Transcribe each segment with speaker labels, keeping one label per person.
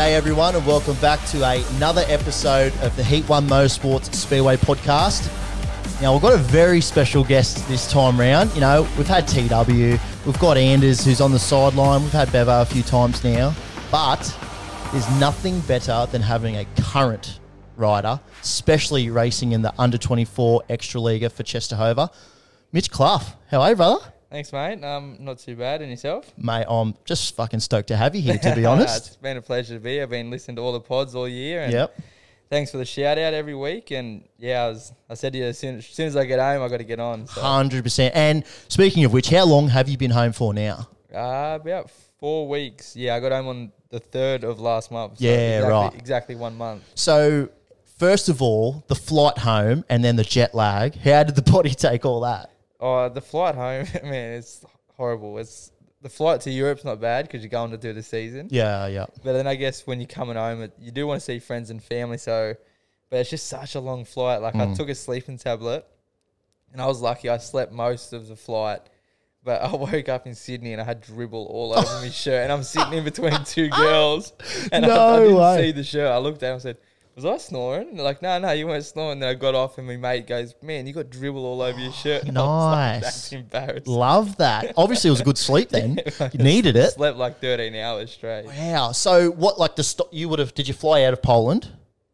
Speaker 1: G'day, everyone, and welcome back to another episode of the Heat One Mo Sports Speedway podcast. Now, we've got a very special guest this time round. You know, we've had TW, we've got Anders, who's on the sideline, we've had Bevo a few times now, but there's nothing better than having a current rider, especially racing in the under 24 extra leaguer for Chester Hover. Mitch Clough, how are you, brother?
Speaker 2: Thanks, mate. Um, not too bad. And yourself? Uh,
Speaker 1: Mate, I'm just fucking stoked to have you here, to be
Speaker 2: it's
Speaker 1: honest.
Speaker 2: been a pleasure to be. here. I've been listening to all the pods all year. And
Speaker 1: Yep.
Speaker 2: Thanks for the shout out every week. And yeah, I was. I said to you as soon as, soon as I get home, I got to get on. So
Speaker 1: Hundred percent. And speaking of which, how long have you been home for now?
Speaker 2: uh, about four weeks. Yeah, I got home on the third of last month. So
Speaker 1: Yeah,
Speaker 2: exactly,
Speaker 1: right.
Speaker 2: Exactly one month.
Speaker 1: So, first of all, the flight home, and then the jet lag. How did the body take all that?
Speaker 2: Oh, the flight home, man, it's horrible. It's the flight to Europe's not bad because you're going to do the season.
Speaker 1: Yeah, yeah,
Speaker 2: But then I guess when you're coming home, it- you do want to see friends and family. So, but it's just such a long flight. Like
Speaker 1: Mm.
Speaker 2: I took a sleeping tablet, and I was lucky. I slept most of the flight, but I woke up in Sydney and I had dribble all over my shirt. And I'm sitting in between two girls, and I, I
Speaker 1: No
Speaker 2: didn't
Speaker 1: way.
Speaker 2: see the shirt. I looked down and said. Was I snoring? And they're like, no, no, you weren't snoring. Then I got off, and my mate goes, "Man, you got dribble all over your shirt." And I was like,
Speaker 1: Nice.
Speaker 2: That's embarrassing.
Speaker 1: love that. Obviously, it was a good sleep then. You needed it.
Speaker 2: Slept like 13 hours straight.
Speaker 1: Wow. So, what like the stop? You would have? Did you fly out of Poland?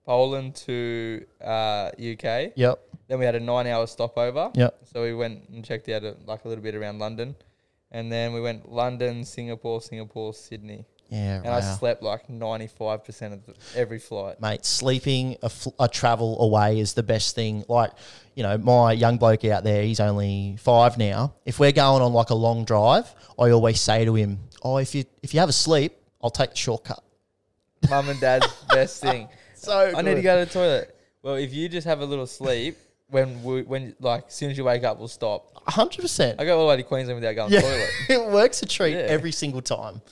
Speaker 2: Poland to uh, UK.
Speaker 1: Yep.
Speaker 2: Then we had a nine hour stopover.
Speaker 1: Yep.
Speaker 2: So we went and checked out a, like a little bit around London. And then we went London, Singapore, Singapore, Sydney.
Speaker 1: Yeah.
Speaker 2: And I
Speaker 1: wow.
Speaker 2: slept like 95% of the, every flight.
Speaker 1: mate, sleeping a, fl- a travel away is the best thing. Like, you know, my young bloke out there, he's only five now. If we're going on like a long drive, I always say to him, "Oh, if you if you have a sleep, I'll take the shortcut."
Speaker 2: Mum and dad's best thing.
Speaker 1: So
Speaker 2: I need to go to the toilet. Well, if you just have a little sleep, when we, when like as soon as you wake up, we'll stop.
Speaker 1: Hundred percent.
Speaker 2: I go all the way to Queensland without going
Speaker 1: Yeah,
Speaker 2: to the toilet.
Speaker 1: it works a treat
Speaker 2: Yeah.
Speaker 1: every single time.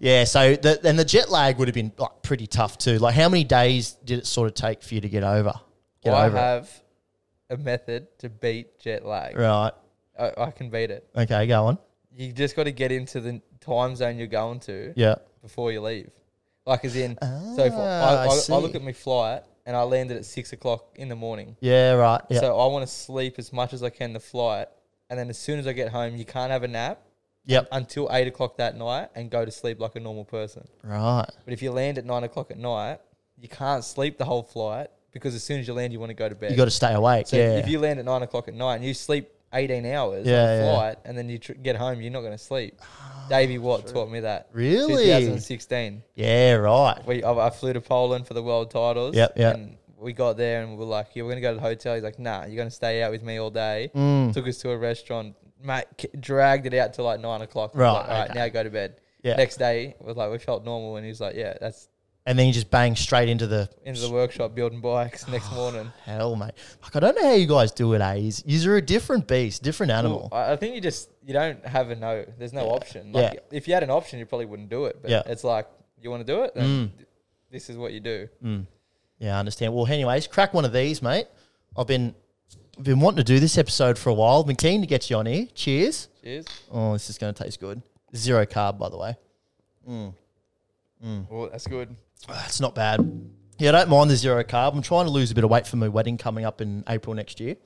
Speaker 1: Yeah. So the and the jet lag would have been like pretty tough too. Like, how many days did it sort of take for you to get over? Get
Speaker 2: I
Speaker 1: over it?
Speaker 2: have a method to beat jet lag.
Speaker 1: Right.
Speaker 2: I, I can beat it.
Speaker 1: Okay. Go on.
Speaker 2: You just got to get into the time zone you're going to.
Speaker 1: Yeah.
Speaker 2: before you leave. Like as in, so if I, I,
Speaker 1: Ah, I
Speaker 2: I, I look
Speaker 1: see.
Speaker 2: at my flight and I landed at six o'clock in the morning.
Speaker 1: Yeah. Right. Yeah.
Speaker 2: So I want to sleep as much as I can the flight, and then as soon as I get home, you can't have a nap
Speaker 1: yep.
Speaker 2: until eight o'clock that night and go to sleep like a normal person.
Speaker 1: Right.
Speaker 2: But if you land at nine o'clock at night, you can't sleep the whole flight because as soon as you land, you want to go to bed.
Speaker 1: You got to stay awake.
Speaker 2: so
Speaker 1: yeah.
Speaker 2: if you land at nine o'clock at night and you sleep. 18 hours
Speaker 1: Yeah, yeah.
Speaker 2: on
Speaker 1: Ah,
Speaker 2: the flight, and then you tr- get home, you're not going to sleep. Davey Watt taught me that.
Speaker 1: Really?
Speaker 2: 2016.
Speaker 1: Yeah, right.
Speaker 2: we I, I flew to Poland for the world titles.
Speaker 1: Yep, yep.
Speaker 2: And we got there and we are like, yeah, we're gonna go to the hotel. He's like, nah, you're gonna stay out with me all day.
Speaker 1: Mm.
Speaker 2: Took us to a restaurant. Mate k- dragged it out to like nine o'clock.
Speaker 1: Right,
Speaker 2: Like, all right,
Speaker 1: okay.
Speaker 2: now go to bed.
Speaker 1: Yeah.
Speaker 2: Next day was like we felt normal, and he was like, yeah, that's
Speaker 1: And then you just bang straight into the
Speaker 2: into the workshop building bikes next morning.
Speaker 1: hell, mate. Like, I don't know how you guys do it, eh? Yous- Yous are a different beast, different animal.
Speaker 2: I, I think you just you don't have a no. There's no option. Like
Speaker 1: Yeah.
Speaker 2: if you had an option, you probably wouldn't do it. But
Speaker 1: Yeah. Mm.
Speaker 2: it's like you want to do it. Then th- This is what you do.
Speaker 1: Yeah, I understand. Well, anyways, crack one of these, mate. I've been I've been wanting to do this episode for a while. Been keen to get you on here. Cheers.
Speaker 2: Cheers.
Speaker 1: Oh, this is going to taste good. Zero carb, by the way.
Speaker 2: Oh, that's good.
Speaker 1: Ah, It's not bad. Yeah, I don't mind the zero carb. I'm trying to lose a bit of weight for my wedding coming up in April next year.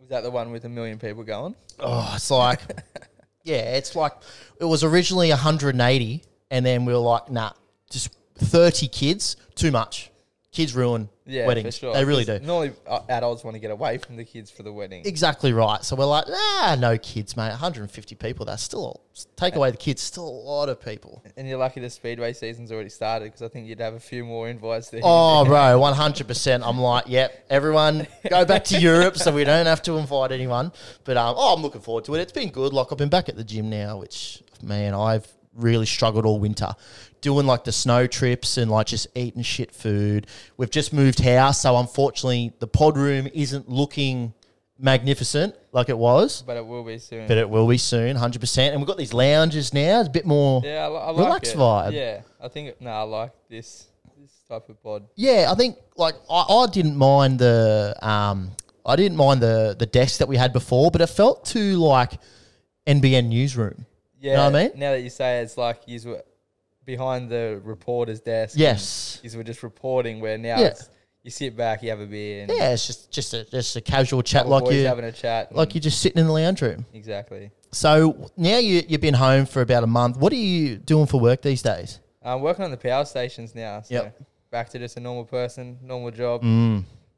Speaker 2: Was that the one with a million people going?
Speaker 1: Oh, it's like, yeah, it's like it was originally 180, and then we were like, nah, just 30 kids, too much. Kids ruin
Speaker 2: Yeah,
Speaker 1: weddings.
Speaker 2: for sure.
Speaker 1: They really do.
Speaker 2: 'Cause Normally, uh, adults want to get away from the kids for the wedding.
Speaker 1: Exactly right. So we're like, ah, no kids, mate. 150 people. That's still take away the kids. Still a lot of people.
Speaker 2: And you're lucky the speedway season's already started because I think you'd have a few more invites there.
Speaker 1: Oh, bro, 100%. I'm like, yep, everyone go back to Europe so we don't have to invite anyone. But um, oh, I'm looking forward to it. It's been good. Like, I've been back at the gym now, which, man, I've really struggled all winter doing like the snow trips and like just eating shit food. We've just moved house. So, unfortunately, the pod room isn't looking magnificent like it was,
Speaker 2: But it will be soon.
Speaker 1: but it will be soon, 100%. And we've got these lounges now. It's a bit more.
Speaker 2: yeah, I, li- I like
Speaker 1: Relax
Speaker 2: it.
Speaker 1: vibe.
Speaker 2: Yeah, I think, no, I like this this type of pod.
Speaker 1: Yeah, I think like I, I didn't mind the um I didn't mind the the desk that we had before, but it felt too like NBN newsroom.
Speaker 2: Yeah.
Speaker 1: know what I mean?
Speaker 2: Now that you say it, it's like you were behind the reporter's desk.
Speaker 1: Yes.
Speaker 2: Because we're just reporting where now
Speaker 1: Yeah.
Speaker 2: it's, you sit back, you have a beer, and
Speaker 1: Yeah, it's just just a, just a casual chat
Speaker 2: the
Speaker 1: like
Speaker 2: boys
Speaker 1: you
Speaker 2: having a chat. and-
Speaker 1: like you're just sitting in the lounge room.
Speaker 2: exactly.
Speaker 1: So now you you've been home for about a month. What are you doing for work these days?
Speaker 2: I'm working on the power stations now. So
Speaker 1: Yep. Mm.
Speaker 2: back to just a normal person, normal job,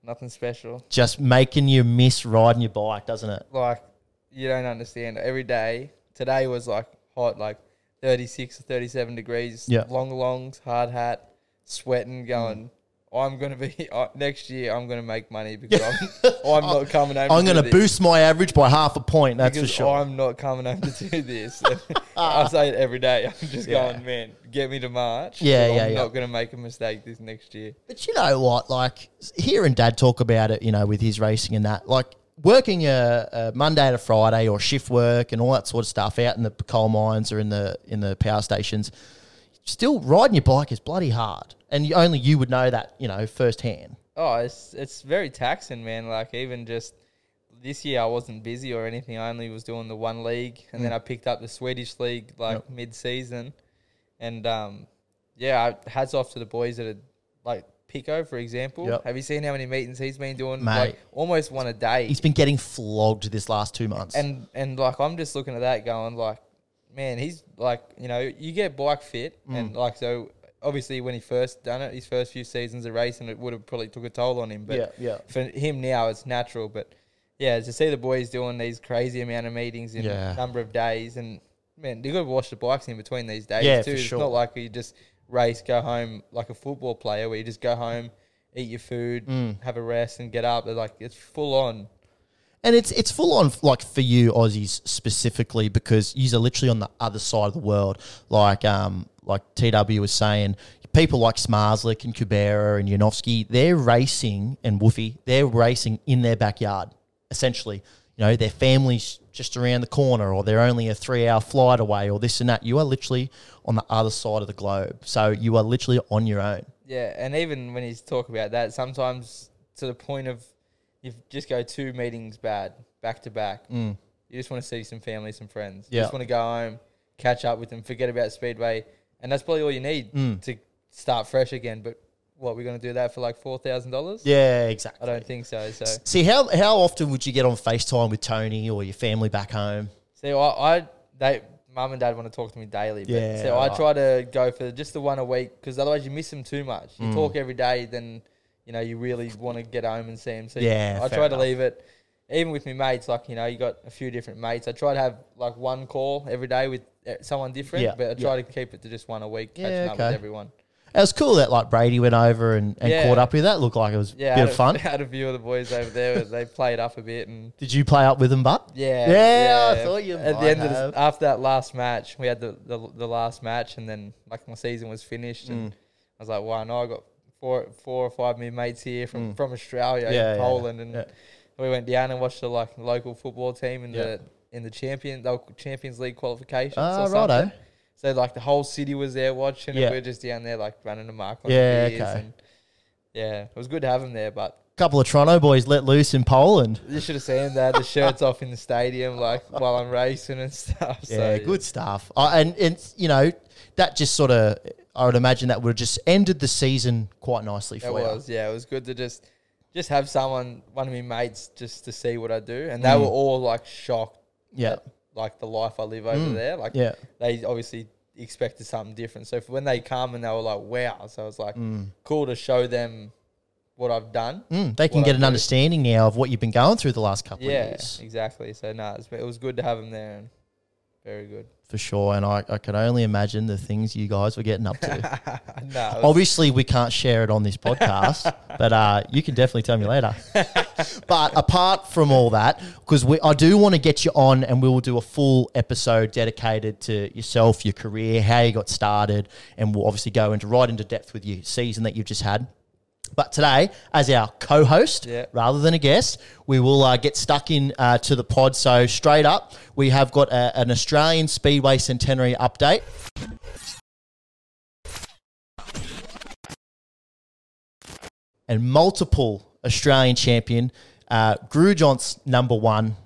Speaker 2: nothing special.
Speaker 1: Just making you miss riding your bike, doesn't it?
Speaker 2: Like you don't understand. Every day, today was like hot, like 36 or 37 degrees.
Speaker 1: Yeah.
Speaker 2: Long longs, hard hat, sweating,
Speaker 1: Mm.
Speaker 2: going. I'm gonna be I next year. I'm gonna make money because I'm, I'm not coming home.
Speaker 1: I'm
Speaker 2: to do
Speaker 1: going to
Speaker 2: this.
Speaker 1: boost my average by half a point. That's for
Speaker 2: because
Speaker 1: sure.
Speaker 2: I'm not coming home to do this. I say it every day. I'm just going, man, get me to March.
Speaker 1: Yeah,
Speaker 2: 'cause
Speaker 1: yeah,
Speaker 2: I'm
Speaker 1: yeah.
Speaker 2: not going to make a mistake this next year.
Speaker 1: But you know what? Like hearing Dad talk about it, you know, with his racing and that, like working a, a Monday to Friday or shift work and all that sort of stuff out in the coal mines or in the in the power stations, still riding your bike is bloody hard, and you, only you would know that, you know, firsthand.
Speaker 2: Oh, it's it's very taxing, man. Like even just this year, I wasn't busy or anything. I only was doing the one league, and
Speaker 1: Mm.
Speaker 2: then I picked up the Swedish league like mid-season, and um, yeah, I, hats off to the boys that are like Pico, for example.
Speaker 1: Yep.
Speaker 2: Have you seen how many meetings he's been doing?
Speaker 1: Mate.
Speaker 2: Like almost one a day.
Speaker 1: He's been getting flogged this last two months.
Speaker 2: and and like I'm just looking at that going like, man, he's like you know you get bike fit
Speaker 1: Mm.
Speaker 2: and like so obviously when he first done it, his first few seasons of racing, it would have probably took a toll on him. But
Speaker 1: Yeah, yeah.
Speaker 2: for him now it's natural. But yeah, to see the boys doing these crazy amount of meetings in
Speaker 1: Yeah.
Speaker 2: a number of days and man, you got to wash the bikes in between these days
Speaker 1: Yeah,
Speaker 2: too.
Speaker 1: for
Speaker 2: it's
Speaker 1: sure.
Speaker 2: not like you just race, go home like a football player where you just go home. Eat your food,
Speaker 1: Mm.
Speaker 2: have a rest, and get up. They're like it's full on.
Speaker 1: And it's it's full on like for you Aussies specifically because you're literally on the other side of the world. Like um like TW was saying, people like Smarslik and Kubera and Yanovsky, they're racing and Woofy, they're racing in their backyard essentially. You know, their families just around the corner or they're only a 3-hour flight away or this and that. You are literally on the other side of the globe. So you are literally on your own.
Speaker 2: Yeah, and even when he's talking about that, sometimes to the point of you just go two meetings bad back to back. Mm. You just want to see some family, some friends. You
Speaker 1: Yeah.
Speaker 2: just want to go home, catch up with them, forget about speedway, and that's probably all you need
Speaker 1: Mm.
Speaker 2: to start fresh again. But what we're going to do that for like four thousand dollars?
Speaker 1: Yeah, exactly.
Speaker 2: I don't think so. So
Speaker 1: See how how often would you get on FaceTime with Tony or your family back home?
Speaker 2: see, I, I they mum and dad want to talk to me daily. But
Speaker 1: Yeah,
Speaker 2: so I
Speaker 1: right.
Speaker 2: try to go for just the one a week because otherwise you miss them too much.
Speaker 1: Mm.
Speaker 2: You talk every day, then you know you really want to get home and see them. So
Speaker 1: Yeah,
Speaker 2: I
Speaker 1: fair
Speaker 2: try to
Speaker 1: enough.
Speaker 2: leave it. Even with my mates, like you know, you got a few different mates. I try to have like one call every day with eh, someone different,
Speaker 1: Yeah,
Speaker 2: but I
Speaker 1: yeah.
Speaker 2: try to keep it to just one a week, catching
Speaker 1: Yeah,
Speaker 2: up
Speaker 1: okay.
Speaker 2: with everyone.
Speaker 1: It was cool that like Brady went over and, and
Speaker 2: Yeah.
Speaker 1: caught up with you. that. Looked like it was
Speaker 2: Yeah,
Speaker 1: a
Speaker 2: had
Speaker 1: bit of fun.
Speaker 2: I had a few of the boys over there. they played up a bit and
Speaker 1: Did you play up with him, but
Speaker 2: Yeah,
Speaker 1: Yeah, I thought you
Speaker 2: At
Speaker 1: might
Speaker 2: the end
Speaker 1: have.
Speaker 2: of the, after that last match, we had the, the the last match, and then like my season was finished,
Speaker 1: Mm.
Speaker 2: and I was like, why not? I got four four or five of my mates here from from Australia,
Speaker 1: Mm. Yeah, yeah,
Speaker 2: and Poland, and
Speaker 1: yeah.
Speaker 2: we went down and watched the like local football team in
Speaker 1: Yeah.
Speaker 2: the in the champion the Champions League qualifications.
Speaker 1: Ah,
Speaker 2: or
Speaker 1: righto.
Speaker 2: something. So like the whole city was there watching,
Speaker 1: Yeah.
Speaker 2: and we are just down there like running a mark on
Speaker 1: Yeah,
Speaker 2: the beers
Speaker 1: okay.
Speaker 2: and yeah, it was good to have him there, but
Speaker 1: couple of Toronto boys let loose in Poland.
Speaker 2: you should have seen that the shirts off in the stadium, like while I'm racing and stuff. so,
Speaker 1: yeah, good stuff. I and and you know that just sort of I would imagine that would have just ended the season quite nicely for
Speaker 2: It
Speaker 1: you.
Speaker 2: was, yeah, it was good to just just have someone, one of my mates, just to see what I do, and they were
Speaker 1: Mm.
Speaker 2: all like shocked.
Speaker 1: Yeah.
Speaker 2: at, like the life I live over there. Like,
Speaker 1: Mm. Yeah.
Speaker 2: they obviously expected something different. So if, when they come and they were like, "Wow," so I was like, cool to show them what I've done.
Speaker 1: Mm, they can
Speaker 2: what
Speaker 1: get
Speaker 2: I
Speaker 1: an
Speaker 2: do.
Speaker 1: understanding now of what you've been going through the last couple of
Speaker 2: Yeah,
Speaker 1: years.
Speaker 2: exactly. So no, it's it was good to have them there, and very good.
Speaker 1: For sure. And I, I could only imagine the things you guys were getting up to.
Speaker 2: no, it was-
Speaker 1: Obviously, we can't share it on this podcast, but uh, you can definitely tell me later. but apart from all that, because I do want to get you on and we will do a full episode dedicated to yourself, your career, how you got started, and we'll obviously go into right into depth with your season that you've just had. But today, as our co-host,
Speaker 2: Yeah.
Speaker 1: rather than a guest, we will uh, get stuck in uh, to the pod. So straight up, we have got a, an Australian Speedway Centenary update. and multiple Australian champion, uh, Grujont's number one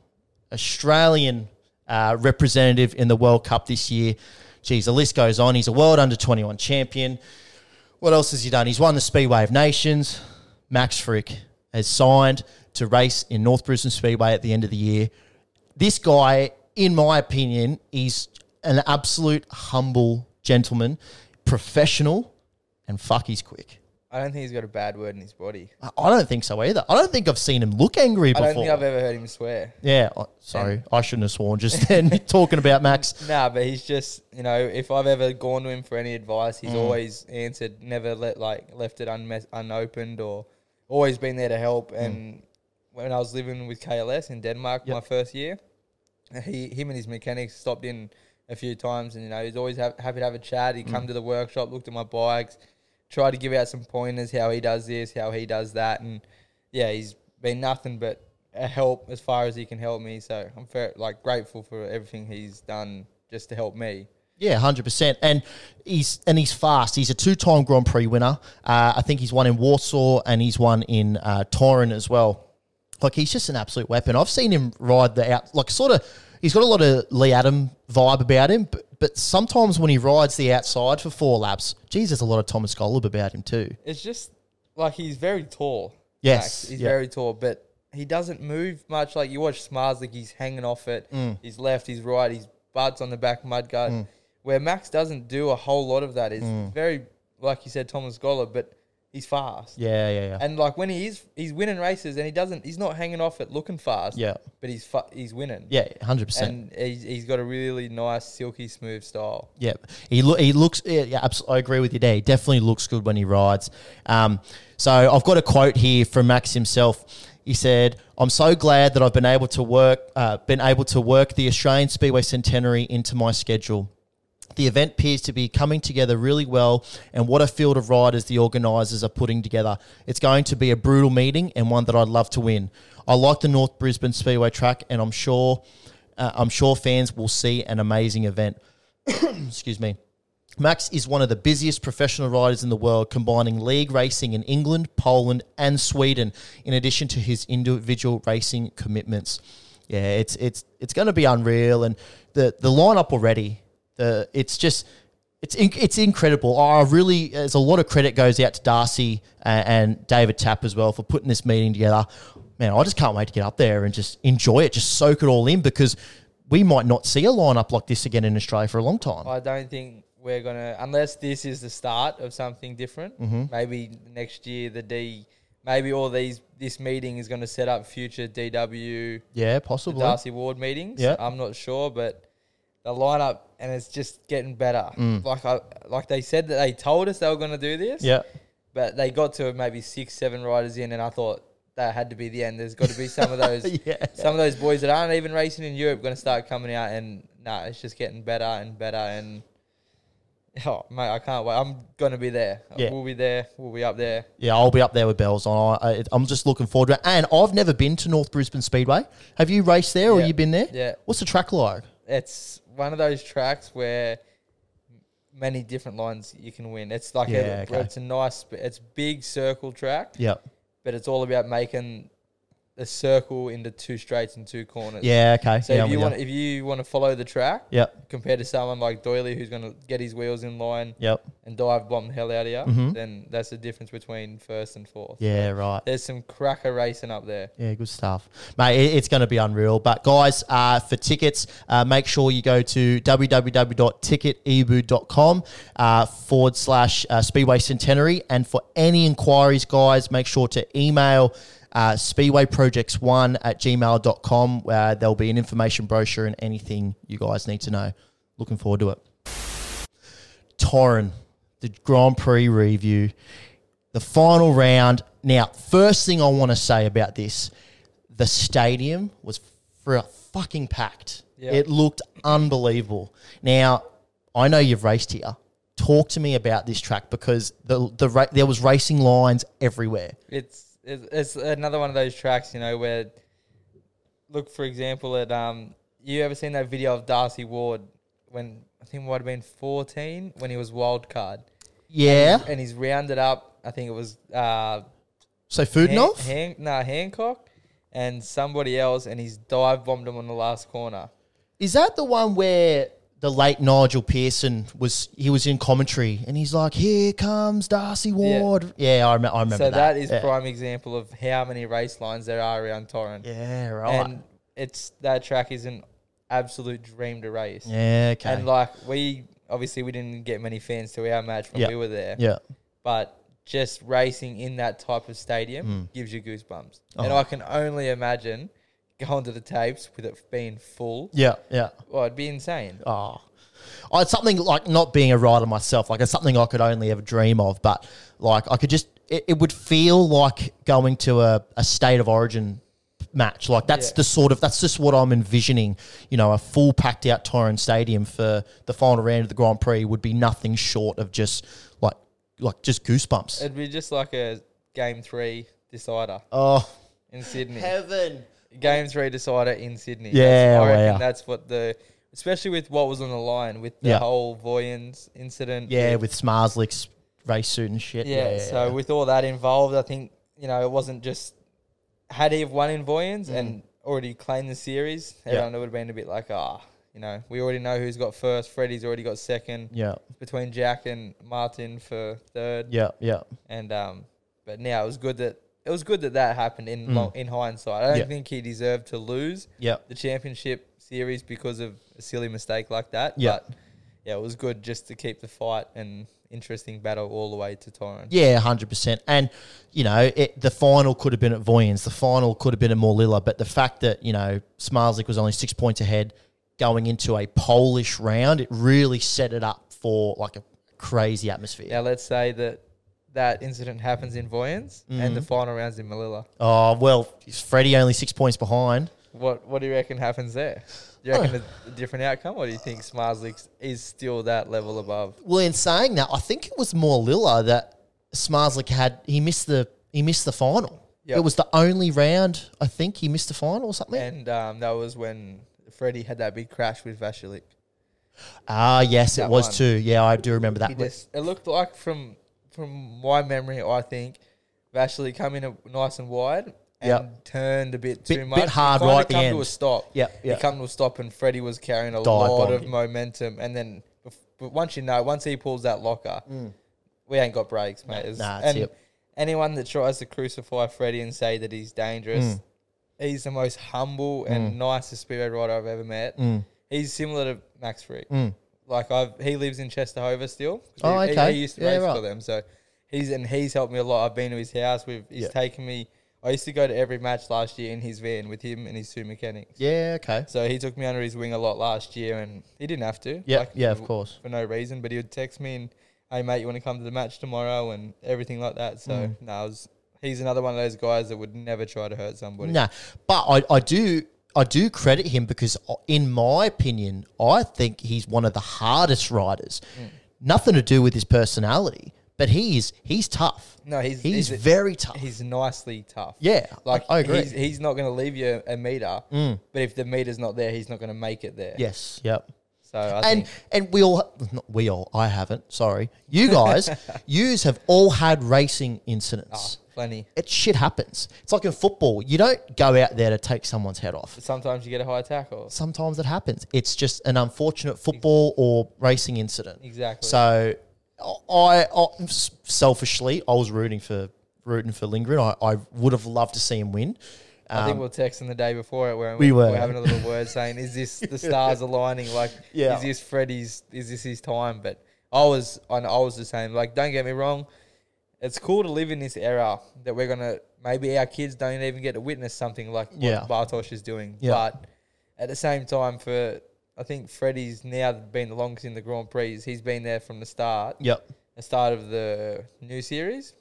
Speaker 1: Australian uh, representative in the World Cup this year. geez, the list goes on. He's a world under 21 champion. What else has he done? He's won the Speedway of Nations. Max Frick has signed to race in North Brisbane Speedway at the end of the year. This guy, in my opinion, is an absolute humble gentleman, professional, and fuck, he's quick.
Speaker 2: I don't think he's got a bad word in his body.
Speaker 1: I I don't think so either. I don't think I've seen him look angry
Speaker 2: I
Speaker 1: before.
Speaker 2: don't think I've ever heard him swear.
Speaker 1: yeah, oh, sorry, I shouldn't have sworn just then. talking about Max,
Speaker 2: Nah, but he's just you know, if I've ever gone to him for any advice, he's always answered, never let like left it unmes- unopened or always been there to help. And when I was living with KLS in Denmark my first year, he him and his mechanics stopped in a few times, and you know he's always ha- happy to have a chat. He would come to the workshop, looked at my bikes, tried to give out some pointers how he does this, how he does that, and yeah, he's been nothing but a help as far as he can help me. So I'm fair, like grateful for everything he's done just to help me.
Speaker 1: Yeah, hundred percent. And he's and he's fast. He's a two-time Grand Prix winner. Uh, I think he's won in Warsaw and he's won in uh, Torrin as well. Like he's just an absolute weapon. I've seen him ride the out, like sort of. He's got a lot of Lee Adam vibe about him, but, but sometimes when he rides the outside for four laps, geez, there's a lot of Thomas Golub about him too.
Speaker 2: It's just like he's very tall.
Speaker 1: Yes,
Speaker 2: Max. he's
Speaker 1: yeah.
Speaker 2: very tall, but he doesn't move much. Like you watch Smarz, like he's hanging off it.
Speaker 1: Mm.
Speaker 2: He's left, he's right, he's butts on the back mudguard. Where Max doesn't do a whole lot of that is
Speaker 1: Mm.
Speaker 2: very, like you said, Thomas Goller, but he's fast.
Speaker 1: Yeah, yeah, yeah.
Speaker 2: And like when he is, he's winning races, and he doesn't, he's not hanging off it looking fast.
Speaker 1: Yeah.
Speaker 2: but he's fu- he's winning.
Speaker 1: yeah, hundred percent.
Speaker 2: and he's, he's got a really nice, silky, smooth style.
Speaker 1: Yeah, he loo- he looks. Yeah, yeah abso- I agree with you there. He definitely looks good when he rides. Um, so I've got a quote here from Max himself. He said, "I'm so glad that I've been able to work, uh, been able to work the Australian Speedway Centenary into my schedule. The event appears to be coming together really well, and what a field of riders the organisers are putting together. It's going to be a brutal meeting and one that I'd love to win. I like the North Brisbane Speedway track, and I'm sure, uh, I'm sure fans will see an amazing event." excuse me. Max is one of the busiest professional riders in the world, combining league racing in England, Poland, and Sweden, in addition to his individual racing commitments. Yeah, it's it's it's going to be unreal, and the the lineup already. The it's just it's in, it's incredible. I really there's a lot of credit goes out to Darcy and, and David Tapp as well for putting this meeting together. Man, I just can't wait to get up there and just enjoy it, just soak it all in because we might not see a lineup like this again in Australia for a long time.
Speaker 2: I don't think we're gonna unless this is the start of something different. Maybe next year the D, maybe all these this meeting is gonna set up future DW
Speaker 1: Yeah, possibly.
Speaker 2: Darcy Ward meetings.
Speaker 1: Yeah.
Speaker 2: I'm not sure, but the lineup and it's just getting better. Like I like they said that they told us they were gonna do this.
Speaker 1: Yeah.
Speaker 2: but they got to maybe six, seven riders in, and I thought that had to be the end. There's got to be some of those,
Speaker 1: Yeah.
Speaker 2: some of those boys that aren't even racing in Europe going to start coming out, and nah, it's just getting better and better, and oh mate, I can't wait. I'm gonna be there.
Speaker 1: Yeah.
Speaker 2: We'll be there. We'll be up there.
Speaker 1: Yeah, I'll be up there with bells on. I, I, I'm just looking forward to it. And I've never been to North Brisbane Speedway. Have you raced there or
Speaker 2: Yeah.
Speaker 1: you been there?
Speaker 2: Yeah.
Speaker 1: What's the track like?
Speaker 2: It's one of those tracks where many different lines you can win. It's like
Speaker 1: Yeah,
Speaker 2: a,
Speaker 1: okay.
Speaker 2: it's a nice, it's big circle track,
Speaker 1: Yeah.
Speaker 2: but it's all about making a circle into two straights and two corners.
Speaker 1: Yeah, okay.
Speaker 2: So
Speaker 1: yeah,
Speaker 2: if
Speaker 1: I'm
Speaker 2: you
Speaker 1: with
Speaker 2: want if you want to follow the track,
Speaker 1: Yep.
Speaker 2: compared to someone like Doyley who's going to get his wheels in line
Speaker 1: Yep.
Speaker 2: and dive bomb the hell out of you, then that's the difference between first and fourth.
Speaker 1: Mm-hmm. Yeah, right.
Speaker 2: There's some cracker racing up there.
Speaker 1: Yeah, good stuff, mate. It, it's going to be unreal. But guys, uh, for tickets, uh, make sure you go to www.ticketebu.com uh, forward slash uh, Speedway Centenary. And for any inquiries, guys, make sure to email. Uh, speedwayprojects1 at gmail.com where there'll be an information brochure and anything you guys need to know. Looking forward to it. Torrin, the Grand Prix review, the final round. Now, first thing I want to say about this, the stadium was fr- fucking packed.
Speaker 2: Yeah.
Speaker 1: It looked unbelievable. Now, I know you've raced here. Talk to me about this track because the the ra- there was racing lines everywhere.
Speaker 2: It's, it's it's another one of those tracks, you know, where look for example at um you ever seen that video of Darcy Ward when I think it might have been 14 when he was wild card
Speaker 1: Yeah.
Speaker 2: and he's rounded up. I think it was uh
Speaker 1: So Foodnoff?
Speaker 2: Han- Han- nah, Hancock and somebody else, and he's dive bombed him on the last corner.
Speaker 1: Is that the one where the late Nigel Pearson was he was in commentary and he's like, "Here comes Darcy Ward." Yeah, I, rem- I remember.
Speaker 2: So
Speaker 1: that,
Speaker 2: that is
Speaker 1: yeah.
Speaker 2: prime example of how many race lines there are around Torrens.
Speaker 1: Yeah, right.
Speaker 2: and it's that track is an absolute dream to race.
Speaker 1: yeah, okay.
Speaker 2: And like we obviously we didn't get many fans to our match when
Speaker 1: Yeah.
Speaker 2: we were there.
Speaker 1: yeah,
Speaker 2: But just racing in that type of stadium
Speaker 1: Mm.
Speaker 2: gives you goosebumps.
Speaker 1: Oh.
Speaker 2: And I can only imagine going to the tapes with it being full.
Speaker 1: yeah, yeah.
Speaker 2: Well, it'd be insane.
Speaker 1: Oh. I, it's something like not being a rider myself. Like it's something I could only ever dream of. But like I could just, it, it would feel like going to a, a state of origin match. Like that's
Speaker 2: Yeah.
Speaker 1: the sort of that's just what I'm envisioning. You know, a full packed out Torrens Stadium for the final round of the Grand Prix would be nothing short of just like like just goosebumps.
Speaker 2: It'd be just like a game three decider
Speaker 1: oh
Speaker 2: in Sydney.
Speaker 1: heaven!
Speaker 2: Game three decider in Sydney.
Speaker 1: Yeah,
Speaker 2: that's, I
Speaker 1: wow.
Speaker 2: reckon that's what the, especially with what was on the line with the
Speaker 1: Yeah.
Speaker 2: whole Voyans incident.
Speaker 1: Yeah, with Smarslik's race suit and shit.
Speaker 2: yeah, So with all that involved, I think you know it wasn't just had he have won in Voyans
Speaker 1: Mm.
Speaker 2: and already claimed the series, everyone would have been a bit like, ah, you know, we already know who's got first. Freddie's already got second.
Speaker 1: yeah,
Speaker 2: Between Jack and Martin for third.
Speaker 1: yeah, yeah.
Speaker 2: And um, but now it was good that it was good that that happened in lo- in hindsight. I don't
Speaker 1: Mm. Yeah.
Speaker 2: think he deserved to lose.
Speaker 1: Yeah.
Speaker 2: the championship series because of a silly mistake like that.
Speaker 1: Yeah.
Speaker 2: But yeah, it was good just to keep the fight and interesting battle all the way to Torrens.
Speaker 1: Yeah, hundred percent. And you know, it, the final could have been at Voyans. The final could have been at Morlilla. But the fact that you know Smarslik was only six points ahead going into a Polish round, it really set it up for like a crazy atmosphere.
Speaker 2: Now let's say that that incident happens in Voyans and
Speaker 1: Mm-hmm.
Speaker 2: the final rounds in Melilla.
Speaker 1: Oh well, is Freddie only six points behind?
Speaker 2: What what do you reckon happens there? Do you reckon a, a different outcome, or do you think Smarslik is still that level above?
Speaker 1: Well, in saying that, I think it was Morlilla that Smarslik had. He missed the he missed the final.
Speaker 2: Yeah.
Speaker 1: It was the only round I think he missed the final or something.
Speaker 2: And um, that was when Freddie had that big crash with Vasilik.
Speaker 1: ah, yes, it
Speaker 2: That
Speaker 1: was
Speaker 2: one.
Speaker 1: too. Yeah, I do remember that.
Speaker 2: He just, it looked like from from my memory, I think Vashly come in a, nice and wide and
Speaker 1: Yep.
Speaker 2: turned a bit
Speaker 1: Bit-
Speaker 2: too
Speaker 1: bit
Speaker 2: much. He
Speaker 1: hard
Speaker 2: kinda
Speaker 1: right at the
Speaker 2: come to
Speaker 1: end.
Speaker 2: a stop.
Speaker 1: Yep, yep.
Speaker 2: He come to a stop, and Freddie was carrying a
Speaker 1: Dive
Speaker 2: lot
Speaker 1: bombed
Speaker 2: of
Speaker 1: him.
Speaker 2: momentum. And then, bef- but once you know, once he pulls that locker, we ain't got breaks, mate. It's-
Speaker 1: Mm. nah, that's
Speaker 2: and
Speaker 1: it.
Speaker 2: anyone that tries to crucify Freddie and say that he's dangerous.
Speaker 1: Mm.
Speaker 2: He's the most humble and nicest speedway rider I've ever met.
Speaker 1: Mm.
Speaker 2: He's similar to Max Freak. Like I've, he lives in Chester Hover still.
Speaker 1: Oh,
Speaker 2: He- he-
Speaker 1: okay.
Speaker 2: He, used to
Speaker 1: Yeah,
Speaker 2: race
Speaker 1: right.
Speaker 2: for them, so he's and he's helped me a lot. I've been to his house. We've he's taken me. I used to go to every match last year in his van with him and his two mechanics.
Speaker 1: Yeah. Okay.
Speaker 2: So he took me under his wing a lot last year, and he didn't have to.
Speaker 1: Yeah, yeah, of course.
Speaker 2: For no reason, but he would text me and, "Hey mate, you want to come to the match tomorrow?" and everything like that. So
Speaker 1: Mm.
Speaker 2: no, I was, he's another one of those guys that would never try to hurt somebody.
Speaker 1: No, but I, I do I do credit him because uh, in my opinion, I think he's one of the hardest riders.
Speaker 2: Mm.
Speaker 1: Nothing to do with his personality, but he is he's tough.
Speaker 2: No, he's-
Speaker 1: he's,
Speaker 2: he's a-
Speaker 1: very tough.
Speaker 2: He's nicely tough.
Speaker 1: Yeah,
Speaker 2: like
Speaker 1: I- I agree. Mm.
Speaker 2: He's, he's not going to leave you a meter, but if the meter's not there, he's not going to make it there.
Speaker 1: yes, yep.
Speaker 2: So I
Speaker 1: And
Speaker 2: think
Speaker 1: and we all not we all I haven't sorry you guys yous have all had racing incidents.
Speaker 2: ah, plenty.
Speaker 1: It shit happens. It's like in football. You don't go out there to take someone's head off.
Speaker 2: Sometimes you get a high tackle.
Speaker 1: sometimes it happens. It's just an unfortunate football or racing incident.
Speaker 2: Exactly.
Speaker 1: So, I, I selfishly I was rooting for rooting for Lindgren. I, I would have loved to see him win. Um,
Speaker 2: I think we were texting the day before it where
Speaker 1: we
Speaker 2: we, were.
Speaker 1: were.
Speaker 2: having a little word saying, "Is this the stars aligning? Like,
Speaker 1: Yeah.
Speaker 2: is this Freddie's? Is this his time?" But I was, I know I was the same. Like, don't get me wrong, it's cool to live in this era that we're gonna maybe our kids don't even get to witness something like what
Speaker 1: Yeah.
Speaker 2: Bartosh is doing.
Speaker 1: Yeah.
Speaker 2: But at the same time, for I think Freddie's now been the longest in the Grand Prix. He's been there from the start,
Speaker 1: Yep.
Speaker 2: the start of the new series.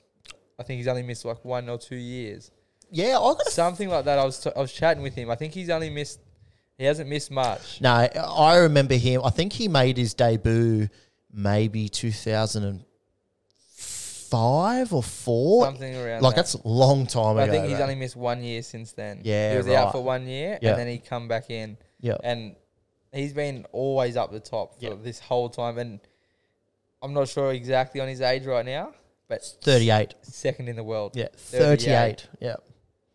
Speaker 2: I think he's only missed like one or two years
Speaker 1: Yeah, I got
Speaker 2: something like that. I was t- I was chatting with him. I think he's only missed. He hasn't missed much.
Speaker 1: No, I remember him. I think he made his debut maybe 2005 or 4.
Speaker 2: Something around
Speaker 1: Like
Speaker 2: that.
Speaker 1: that's a long time
Speaker 2: I
Speaker 1: ago.
Speaker 2: think he's
Speaker 1: mate.
Speaker 2: only missed one year since then.
Speaker 1: eh? Yeah,
Speaker 2: he was
Speaker 1: right.
Speaker 2: out for one year
Speaker 1: Yeah.
Speaker 2: and then he come back in.
Speaker 1: Yeah.
Speaker 2: and he's been always up the top for
Speaker 1: Yeah.
Speaker 2: this whole time. And I'm not sure exactly on his age right now, but
Speaker 1: 38.
Speaker 2: second in the world.
Speaker 1: Yeah, 38. Yeah.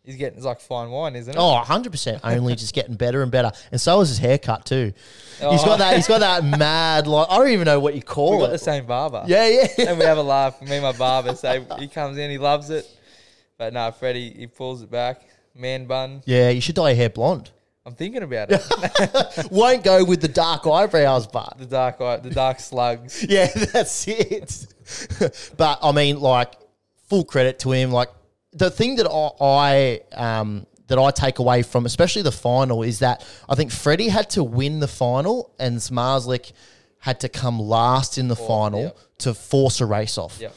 Speaker 2: He's getting it's like fine wine, isn't it?
Speaker 1: Oh, 100% only just getting better and better. And so is his haircut too. He's got that he's got that mad like I don't even know what you
Speaker 2: Oh. we
Speaker 1: call
Speaker 2: got the
Speaker 1: it.
Speaker 2: same barber.
Speaker 1: yeah, yeah.
Speaker 2: and we have a laugh. Me and my barber say he comes in, he loves it, but no, Freddie he pulls it back. Man bun.
Speaker 1: Yeah, you should dye your hair blonde.
Speaker 2: I'm thinking about it.
Speaker 1: Won't go with the dark eyebrows, but
Speaker 2: the dark eye, the dark slugs.
Speaker 1: yeah, that's it. but I mean, like, full credit to him. Like, the thing that I, I um, that I take away from, especially the final, is that I think Freddie had to win the final, and Smarslik had to come last in the final
Speaker 2: Oh, yeah.
Speaker 1: to force a race off.
Speaker 2: Yeah.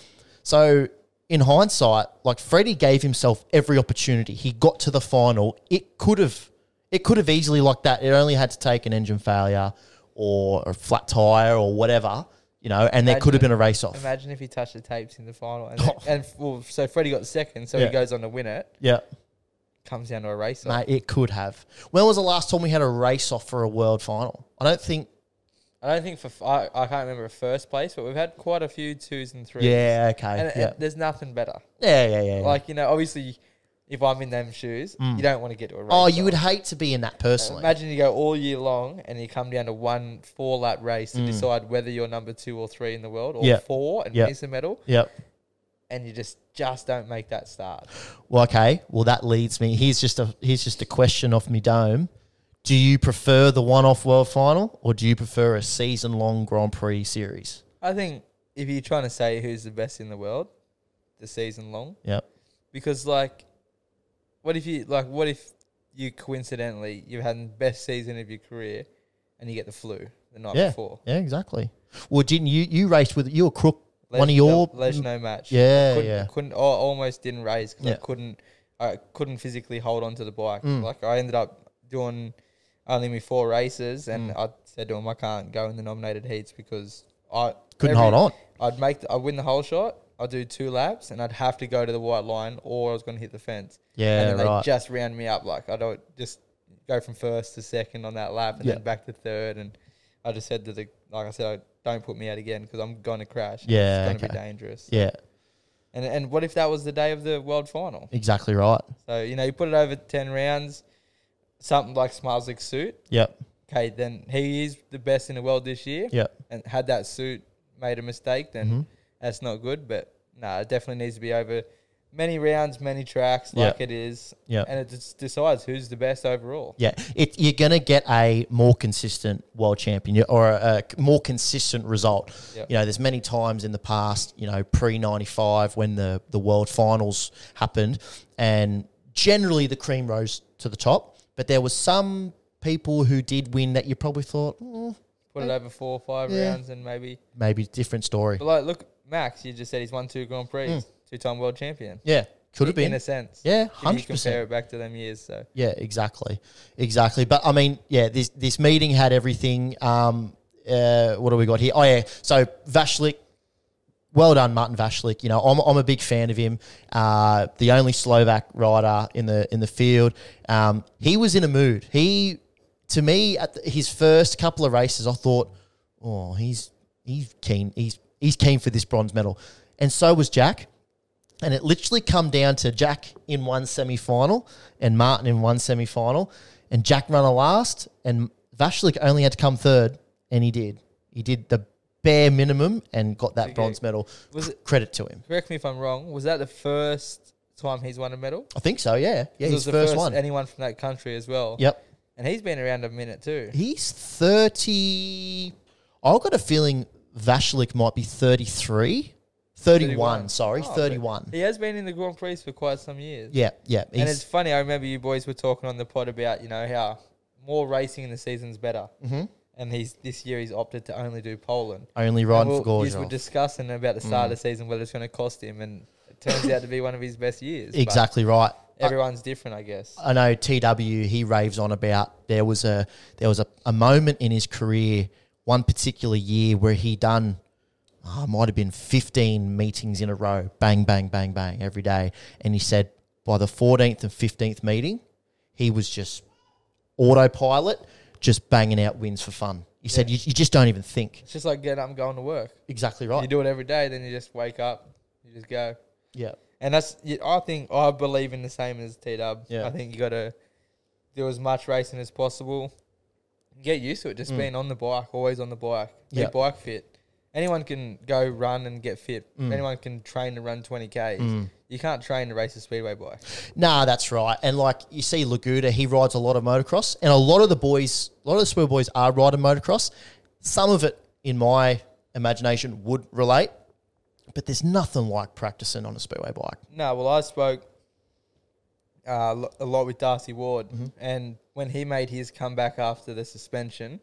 Speaker 1: So in hindsight, like Freddie gave himself every opportunity. He got to the final. It could have it could have easily like that. It only had to take an engine failure or a flat tire or whatever, you know, and there could have been a race off.
Speaker 2: Imagine if he touched the tapes in the final, and, and well, so Freddie got second, so
Speaker 1: Yeah.
Speaker 2: he goes on to win it.
Speaker 1: Yeah.
Speaker 2: Comes down to a race. off.
Speaker 1: Mate, it could have. When was the last time we had a race off for a world final? I don't think
Speaker 2: I don't think for f- I, I can't remember a first place, but we've had quite a few twos and threes.
Speaker 1: Yeah, okay.
Speaker 2: and, and
Speaker 1: yeah.
Speaker 2: there's nothing better.
Speaker 1: yeah, yeah, yeah, yeah.
Speaker 2: Like you know, obviously, if I'm in them shoes, you don't want to get to a race.
Speaker 1: oh, you
Speaker 2: off.
Speaker 1: would hate to be in that personally.
Speaker 2: Imagine you go all year long and you come down to one four lap race to decide whether you're number two or three in the world or
Speaker 1: Mm. Yeah.
Speaker 2: four and
Speaker 1: Yeah.
Speaker 2: miss a medal,
Speaker 1: Yep.
Speaker 2: and you just just don't make that start.
Speaker 1: Well, okay. Well, that leads me. Here's just a here's just a question off me dome. Do you prefer the one-off world final, or do you prefer a season-long Grand Prix series?
Speaker 2: I think if you're trying to say who's the best in the world, the season long,
Speaker 1: Yep.
Speaker 2: because like, what if you like what if you coincidentally you've had the best season of your career and you get the flu the night
Speaker 1: Yeah.
Speaker 2: before?
Speaker 1: Yeah. Exactly. Well, didn't you you raced with you were crook one of
Speaker 2: Les-
Speaker 1: your
Speaker 2: Les no match.
Speaker 1: Yeah,
Speaker 2: couldn't,
Speaker 1: yeah.
Speaker 2: Couldn't. I almost didn't race because
Speaker 1: Yeah. Mm.
Speaker 2: I couldn't. I couldn't physically hold on to the bike. Like I ended up doing only me four races, and
Speaker 1: Mm.
Speaker 2: I said to him, I can't go in the nominated heats because I
Speaker 1: Couldn't hold on.
Speaker 2: I'd make. The, I'd win the whole shot. I'd do two laps, and I'd have to go to the white line, or I was going to hit the fence.
Speaker 1: Yeah,
Speaker 2: and then
Speaker 1: right.
Speaker 2: they just round me up. Like I don't just go from first to second on that lap, and
Speaker 1: Yeah.
Speaker 2: then back to third. And I just said to the, like I said, I don't put me out again because I'm going to crash. and
Speaker 1: Yeah,
Speaker 2: it's going to
Speaker 1: okay.
Speaker 2: be dangerous.
Speaker 1: Yeah.
Speaker 2: And and what if that was the day of the world final?
Speaker 1: Exactly right.
Speaker 2: So you know, you put it over ten rounds, something like Smarslik's suit.
Speaker 1: Yep.
Speaker 2: Okay, then he is the best in the world this year.
Speaker 1: Yep.
Speaker 2: And had that suit made a mistake, then
Speaker 1: Mm-hmm.
Speaker 2: that's not good. But no, it definitely needs to be over many rounds, many tracks,
Speaker 1: Yeah.
Speaker 2: like it is.
Speaker 1: Yeah.
Speaker 2: And it just decides who's the best overall.
Speaker 1: Yeah, it, you're going to get a more consistent world champion or a, a more consistent result.
Speaker 2: Yep.
Speaker 1: You know, there's many times in the past, you know, pre 95 when the, the world finals happened, and generally the cream rose to the top, but there was some people who did win that you probably thought, "Mm,
Speaker 2: Put it over four or five
Speaker 1: Yeah.
Speaker 2: rounds, and maybe.
Speaker 1: maybe different story.
Speaker 2: But like, look, Max, you just said he's won two Grand Prix, two-time world champion.
Speaker 1: Yeah, could have
Speaker 2: in
Speaker 1: Mm. been.
Speaker 2: a sense.
Speaker 1: Yeah,
Speaker 2: If you
Speaker 1: 100%.
Speaker 2: compare it back to them years, so
Speaker 1: Yeah, exactly, exactly. But I mean, yeah, this this meeting had everything. Um, uh, what do we got here? Oh yeah, so Vashlik, well done, Martin Vashlik. You know, I'm, I'm a big fan of him. Uh, the only Slovak rider in the in the field. Um, he was in a mood. He, to me, at the, his first couple of races, I thought, oh, he's he's keen. He's he's keen for this bronze medal, and so was Jack and it literally come down to Jack in one semi final and Martin in one semi final, and Jack runner last, and Vashlik only had to come third, and he did. He did the bare minimum and got that bronze medal.
Speaker 2: Was
Speaker 1: C-
Speaker 2: it-
Speaker 1: Credit to him.
Speaker 2: correct me if I'm wrong. Was that the first time he's won a medal?
Speaker 1: I think so. Yeah, yeah,
Speaker 2: It
Speaker 1: his
Speaker 2: was the
Speaker 1: first, one.
Speaker 2: Anyone from that country as well.
Speaker 1: yep,
Speaker 2: And he's been around a minute too.
Speaker 1: he's thirty. I've got a feeling Vashlik might be 33, 31, Sorry,
Speaker 2: Oh, but
Speaker 1: thirty-one.
Speaker 2: He has been in the Grand Prix for quite some years.
Speaker 1: Yeah, yeah. He's,
Speaker 2: And it's funny. I remember you boys were talking on the pod about you know how more racing in the season's better. Mm-hmm. And he's this year he's opted to only do Poland.
Speaker 1: only
Speaker 2: And
Speaker 1: riding
Speaker 2: we'll-
Speaker 1: for Gorgeous.
Speaker 2: yous We're discussing about the start of the season whether it's going to cost him, and it turns out to be one of his best years. but
Speaker 1: Exactly right.
Speaker 2: Everyone's different, I guess.
Speaker 1: I know TW he raves on about there was a there was a, a moment in his career, one particular year where he done oh, might have been fifteen meetings in a row, bang, bang, bang, bang, every day. And he said by the fourteenth and fifteenth meeting, he was just autopilot, just banging out wins for fun. He said, you, you just don't even think.
Speaker 2: It's just like getting up and going to work.
Speaker 1: Exactly
Speaker 2: You
Speaker 1: right.
Speaker 2: do it every day, then you just wake up, you just go.
Speaker 1: Yeah.
Speaker 2: And that's, y- I think, I believe in the same as T Dub.
Speaker 1: Yeah.
Speaker 2: I think you got to do as much racing as possible. Get used to it, just being on the bike, always on the bike. Be
Speaker 1: Mm. Yeah.
Speaker 2: bike fit. Anyone can go run and get fit.
Speaker 1: Mm.
Speaker 2: Anyone can train to run 20Ks. You can't train to race a speedway bike.
Speaker 1: Nah, that's right. And like you see Laguda, he rides a lot of motocross, and a lot of the boys, a lot of the spoil boys are riding motocross. Some of it, in my imagination, would relate, but there's nothing like practicing on a speedway bike.
Speaker 2: No, well, I spoke uh, lo- a lot with Darcy Ward,
Speaker 1: Mm-hmm.
Speaker 2: and when he made his comeback after the suspension,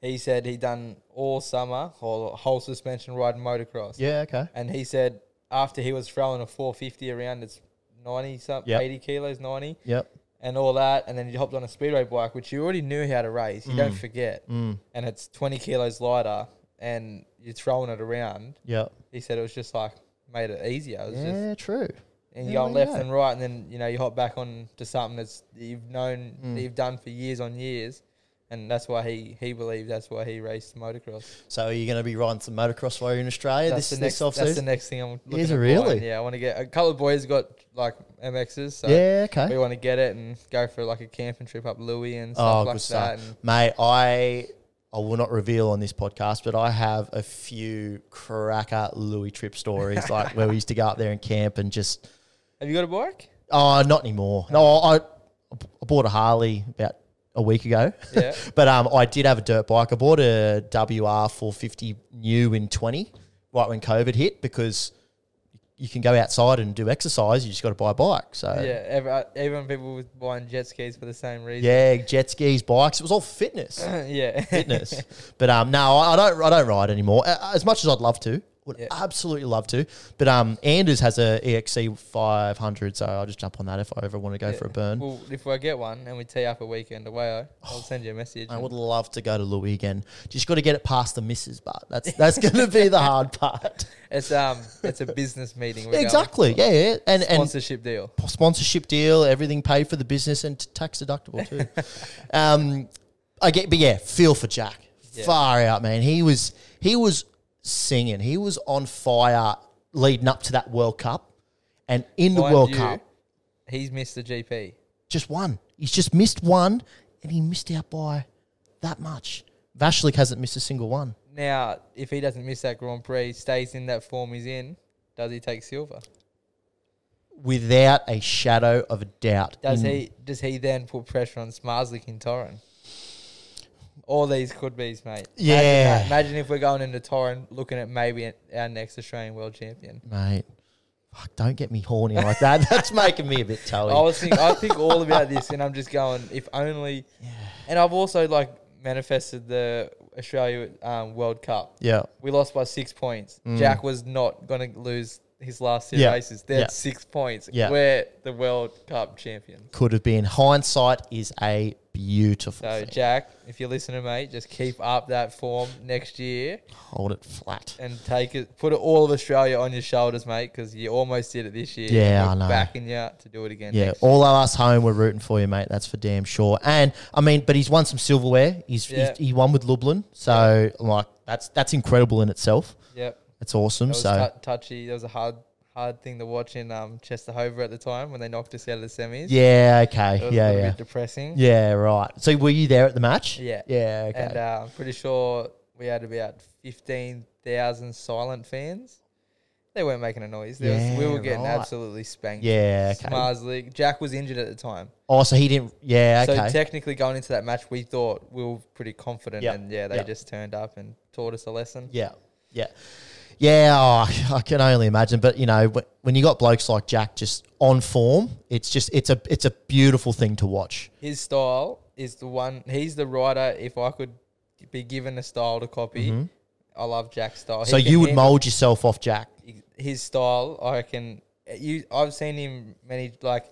Speaker 2: he said he done all summer or whole suspension riding motocross.
Speaker 1: Yeah, okay.
Speaker 2: And he said after he was throwing a 450 around, it's 90 something,
Speaker 1: Yep.
Speaker 2: 80 kilos, 90,
Speaker 1: Yep.
Speaker 2: and all that, and then he hopped on a speedway bike, which you already knew how to race.
Speaker 1: Mm.
Speaker 2: You don't forget, and it's 20 kilos lighter, and you're throwing it around.
Speaker 1: Yep.
Speaker 2: He said it was just like made it easier. It was just
Speaker 1: Yeah, true.
Speaker 2: and
Speaker 1: Yeah,
Speaker 2: you go
Speaker 1: there you
Speaker 2: left
Speaker 1: go.
Speaker 2: and right, and then you know you hop back on to something that's that you've known,
Speaker 1: Mm.
Speaker 2: that you've done for years on years, and that's why he he believed that's why he raced motocross.
Speaker 1: So are you going to be riding some motocross while you're in Australia
Speaker 2: that's
Speaker 1: this
Speaker 2: the next
Speaker 1: this off
Speaker 2: that's the
Speaker 1: season?
Speaker 2: next thing I'm looking
Speaker 1: Is
Speaker 2: at
Speaker 1: it really?
Speaker 2: buying. Yeah, I want to get a couple of boys got like MXs, so
Speaker 1: Yeah, okay.
Speaker 2: we want to get it and go for like a camping trip up Louis and
Speaker 1: Oh,
Speaker 2: stuff like
Speaker 1: good stuff,
Speaker 2: that. And
Speaker 1: mate. I I will not reveal on this podcast, but I have a few cracker Louis trip stories, like where we used to go up there and camp and just.
Speaker 2: have you got a bike?
Speaker 1: Oh, not anymore. No, I, I bought a Harley about a week ago.
Speaker 2: Yeah.
Speaker 1: but um, I did have a dirt bike. I bought a WR450 new in 20, right when COVID hit, because you can go outside and do exercise. You just got to buy a bike. So,
Speaker 2: yeah, every, uh, even people with buying jet skis for the same reason.
Speaker 1: yeah, jet skis, bikes. It was all fitness.
Speaker 2: Yeah, yeah.
Speaker 1: fitness. but um, no, I I don't. I don't ride anymore. A- As much as I'd love to, would
Speaker 2: Yeah.
Speaker 1: absolutely love to. But um, Anders has a EXC 500, so I'll just jump on that if I ever want to go for a burn.
Speaker 2: Well, if I get one and we tee up a weekend away, I'll send you a message.
Speaker 1: Oh, I
Speaker 2: and-
Speaker 1: would love to go to Louis again. Just got to get it past the misses, but that's that's going to be the hard part.
Speaker 2: It's um, it's a business meeting. We're
Speaker 1: exactly. Yeah, yeah. And and
Speaker 2: Going. Sponsorship deal.
Speaker 1: sponsorship deal, everything paid for the business and t- tax deductible too. um, I get, but yeah, feel for Jack.
Speaker 2: Yeah.
Speaker 1: Far out, man. He was he was singing. He was on fire leading up to that World Cup, and in the
Speaker 2: Mind
Speaker 1: World
Speaker 2: you,
Speaker 1: Cup,
Speaker 2: He's missed the GP.
Speaker 1: just one. He's just missed one, and he missed out by that much. Vashlik hasn't missed a single one.
Speaker 2: Now, if he doesn't miss that Grand Prix, stays in that form he's in, does he take silver?
Speaker 1: without a shadow of a doubt.
Speaker 2: Does
Speaker 1: in-
Speaker 2: he? Does he then put pressure on Smarslik and Torren? All these could be's, mate. Imagine
Speaker 1: Yeah.
Speaker 2: that. Imagine if we're going into Torren looking at maybe our next Australian world champion.
Speaker 1: mate? Fuck, don't get me horny like that. That's making me a bit toey.
Speaker 2: I was think I think all about this, and I'm just going. If only, and I've also like manifested the Australia um, World Cup.
Speaker 1: yeah,
Speaker 2: We lost by six points. Jack was not going to lose his last two
Speaker 1: Mm. Yeah.
Speaker 2: races. They're
Speaker 1: Yeah.
Speaker 2: six points.
Speaker 1: Yeah.
Speaker 2: We're the World Cup champions.
Speaker 1: could have been. Hindsight is a beautiful
Speaker 2: So
Speaker 1: thing.
Speaker 2: Jack, if you're listening, mate, just keep up that form next year
Speaker 1: Hold it flat.
Speaker 2: and take it. Put it all of Australia on your shoulders, mate, because you almost did it this year.
Speaker 1: Yeah, I
Speaker 2: We're
Speaker 1: know.
Speaker 2: Backing you to do it again.
Speaker 1: Yeah,
Speaker 2: next
Speaker 1: all of us home were rooting for you, mate. That's for damn sure. And I mean, but he's won some silverware. He's,
Speaker 2: Yeah.
Speaker 1: he's he won with Lublin, so like that's that's incredible in itself.
Speaker 2: year. Yep.
Speaker 1: That's awesome.
Speaker 2: That was
Speaker 1: So
Speaker 2: tou- touchy. That was a hard, hard thing to watch in um, Chester Hover at the time when they knocked us out of the semis.
Speaker 1: yeah,
Speaker 2: It
Speaker 1: okay,
Speaker 2: was a
Speaker 1: yeah,
Speaker 2: little
Speaker 1: yeah,
Speaker 2: bit depressing.
Speaker 1: yeah, right. So were you there at the match?
Speaker 2: Yeah.
Speaker 1: yeah, okay.
Speaker 2: And uh, I'm pretty sure we had about fifteen thousand silent fans. They weren't making a noise. There was, we
Speaker 1: Yeah,
Speaker 2: were getting
Speaker 1: right.
Speaker 2: absolutely spanked.
Speaker 1: yeah, okay.
Speaker 2: Smarslik. Jack was injured at the time.
Speaker 1: Oh, so he didn't. Yeah, okay.
Speaker 2: So technically going into that match, we thought we were pretty confident.
Speaker 1: Yep.
Speaker 2: And yeah, they
Speaker 1: Yep.
Speaker 2: just turned up and taught us a lesson.
Speaker 1: Yeah, yeah, yeah. Oh, I can only imagine. But you know, wh- when you got blokes like Jack just on form, it's just it's a it's a beautiful thing to watch.
Speaker 2: his style is the one. He's the rider. If I could be given a style to copy, I love Jack's style.
Speaker 1: Mm-hmm. so
Speaker 2: He can
Speaker 1: you would
Speaker 2: handle
Speaker 1: mold yourself off Jack.
Speaker 2: his style. I reckon you. I've seen him many like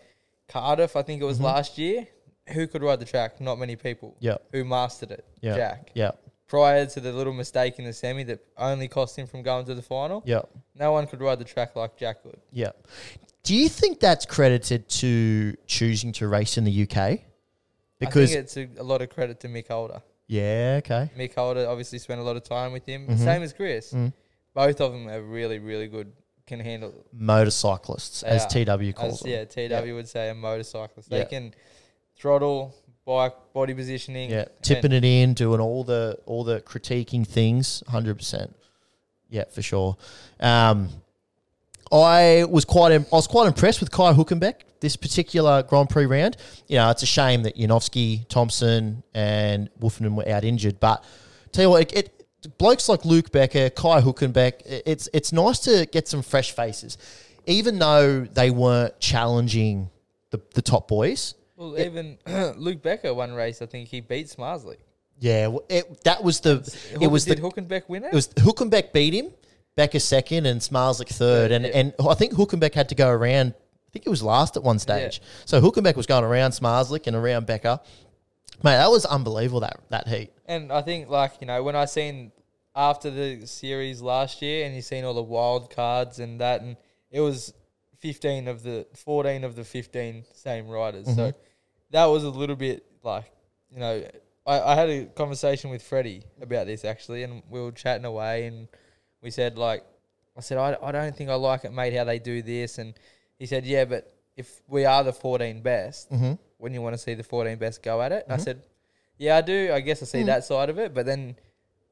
Speaker 2: Cardiff. I think it was last year. Who could ride the track? Not many people.
Speaker 1: Mm-hmm. Yeah.
Speaker 2: Who mastered it?
Speaker 1: Yeah,
Speaker 2: Jack.
Speaker 1: Yeah,
Speaker 2: Prior to the little mistake in the semi that only cost him from going to the final,
Speaker 1: yeah,
Speaker 2: no one could ride the track like Jack could.
Speaker 1: yeah. Do you think that's credited to choosing to race in the UK? Because
Speaker 2: I think it's a, a lot of credit to Mick Holder.
Speaker 1: yeah, okay, Mm-hmm. Mm.
Speaker 2: Mick Holder obviously spent a lot of time with him. Same as Chris. Both of them are really, really good can handle
Speaker 1: motorcyclists, as
Speaker 2: Yeah.
Speaker 1: TW calls
Speaker 2: As-
Speaker 1: them.
Speaker 2: Yeah, TW would say a motorcyclist.
Speaker 1: Yeah.
Speaker 2: They can throttle, bike, body positioning.
Speaker 1: Yeah,
Speaker 2: and-
Speaker 1: tipping it in, doing all the all the critiquing things, hundred percent. Yeah, for sure. Um, I was quite im- I was quite impressed with Kai Hookenbeck this particular Grand Prix round. You know, it's a shame that Yanovsky, Thompson, and Wolfenden were out injured, but tell you what, it, it blokes like Luke Becker, Kai Hookenbeck, i- it's it's nice to get some fresh faces, even though they weren't challenging the, the top boys.
Speaker 2: Well, even Luke Becker one race, I think he beat Smarsley.
Speaker 1: Yeah, well, it, that was the it was the
Speaker 2: did Hookenbeck win it?
Speaker 1: it was Hookenbeck beat him, Becker second, and Smarslik third. And
Speaker 2: Yeah.
Speaker 1: and I think Hookenbeck had to go around. I think it was last at one stage. So Hookenbeck was going around Smarslik and around Becker. Mate, that was unbelievable that that heat.
Speaker 2: and I think like you know when I seen after the series last year, and you seen all the wild cards and that, and it was fifteen of the fourteen of the fifteen same riders. So that was a little bit like you know I, I had a conversation with Freddie about this actually, and we were chatting away, and we said like I said I, I don't think I like it, mate, how they do this, and he said yeah, but if we are the fourteen best, mm when you want to see the fourteen best go at it,
Speaker 1: Mm-hmm.
Speaker 2: and I said yeah, I do. I guess I
Speaker 1: Mm.
Speaker 2: see that side of it, but then